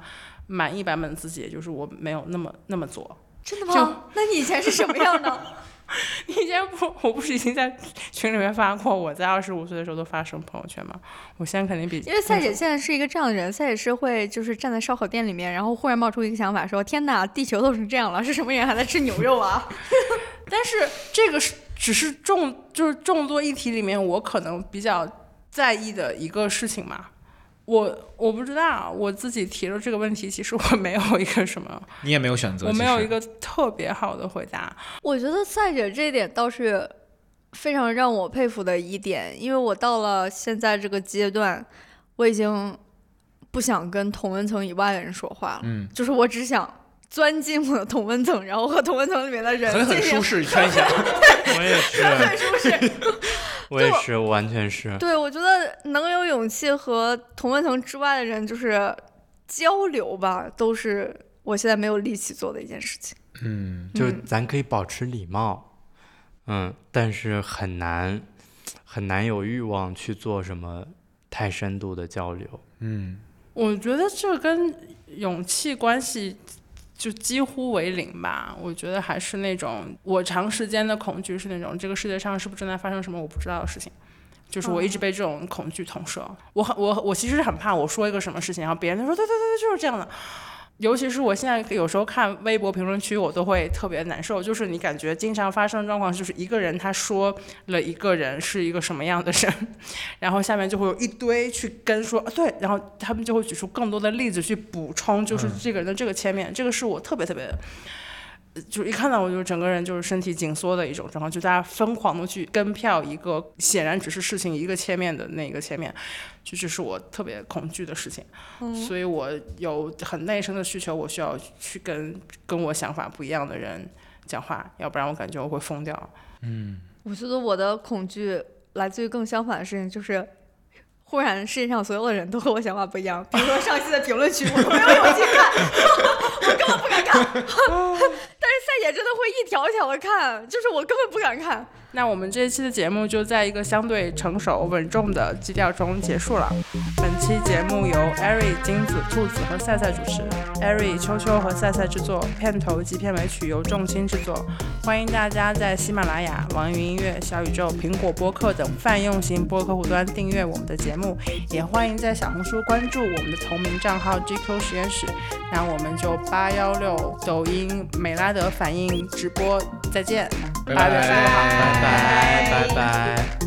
S1: 满意版本的自己，也就是我没有那么那么做。
S4: 真的
S1: 就
S4: 吗？ 那你以前是什么样的？
S1: 你以前不，我不是已经在群里面发过，我在二十五岁的时候都发什么朋友圈吗？我现在肯定比
S4: 因为赛姐现在是一个这样的人，赛姐是会就是站在烧烤店里面，然后忽然冒出一个想法说：“天哪，地球都成这样了，是什么人还在吃牛肉啊
S1: 但是这个是只是众就是众多议题里面我可能比较在意的一个事情嘛。我我不知道，我自己提了这个问题，其实我没有一个什么，
S3: 你也没有选择，
S1: 我没有
S3: 其实
S1: 一个特别好的回答。
S4: 我觉得赛者这一点倒是非常让我佩服的一点，因为我到了现在这个阶段，我已经不想跟同温层以外的人说话了，
S3: 嗯，
S4: 就是我只想钻进我的同温层，然后和同温层里面的人
S3: 狠狠
S4: 进行
S3: 舒适一下。
S2: 我也是，
S4: 很舒适。
S2: 我也是，我完全是。
S4: 对，我觉得能有勇气和同温层之外的人就是交流吧，都是我现在没有力气做的一件事情。
S3: 嗯，
S2: 就
S4: 嗯
S2: 咱可以保持礼貌，嗯，但是很难很难有欲望去做什么太深度的交流。
S3: 嗯，
S1: 我觉得这跟勇气关系就几乎为零吧。我觉得还是那种我长时间的恐惧是那种这个世界上是不是正在发生什么我不知道的事情。就是我一直被这种恐惧统摄，我很我我其实很怕我说一个什么事情，然后别人就说对对对对就是这样的。尤其是我现在有时候看微博评论区，我都会特别难受。就是你感觉经常发生的状况，就是一个人他说了一个人是一个什么样的人，然后下面就会有一堆去跟说，啊对，然后他们就会举出更多的例子去补充，就是这个人的这个切面，这个是我特别特别，呃就是一看到我就整个人就是身体紧缩的一种状况，就大家疯狂的去跟票一个显然只是事情一个切面的那个切面，就这是我特别恐惧的事情，所以我有很内生的需求，我需要去跟跟我想法不一样的人讲话，要不然我感觉我会疯掉。
S4: 我觉得我的恐惧来自于更相反的事情，就是忽然世界上所有的人都和我想法不一样。比如说上期的评论区，我都没有勇气看， 我根本不敢看。但 是赛姐真的会一条一条的看，就是我根本不敢看。
S1: 那我们这一期的节目就在一个相对成熟稳重的基调中结束了。本期节目由艾瑞、金子、兔子和赛赛主持，艾瑞、秋秋和赛赛制作，片头及片尾曲由重青制作。欢迎大家在喜马拉雅、网易云音乐、小宇宙、苹果播客等泛用型播客户端订阅我们的节目，也欢迎在小红书关注我们的同名账号 GQ 实验室。那我们就八幺六抖音美拉德反应直播再见，
S3: 拜
S1: 八月
S3: 拜
S1: 十五号。
S2: 拜拜拜拜。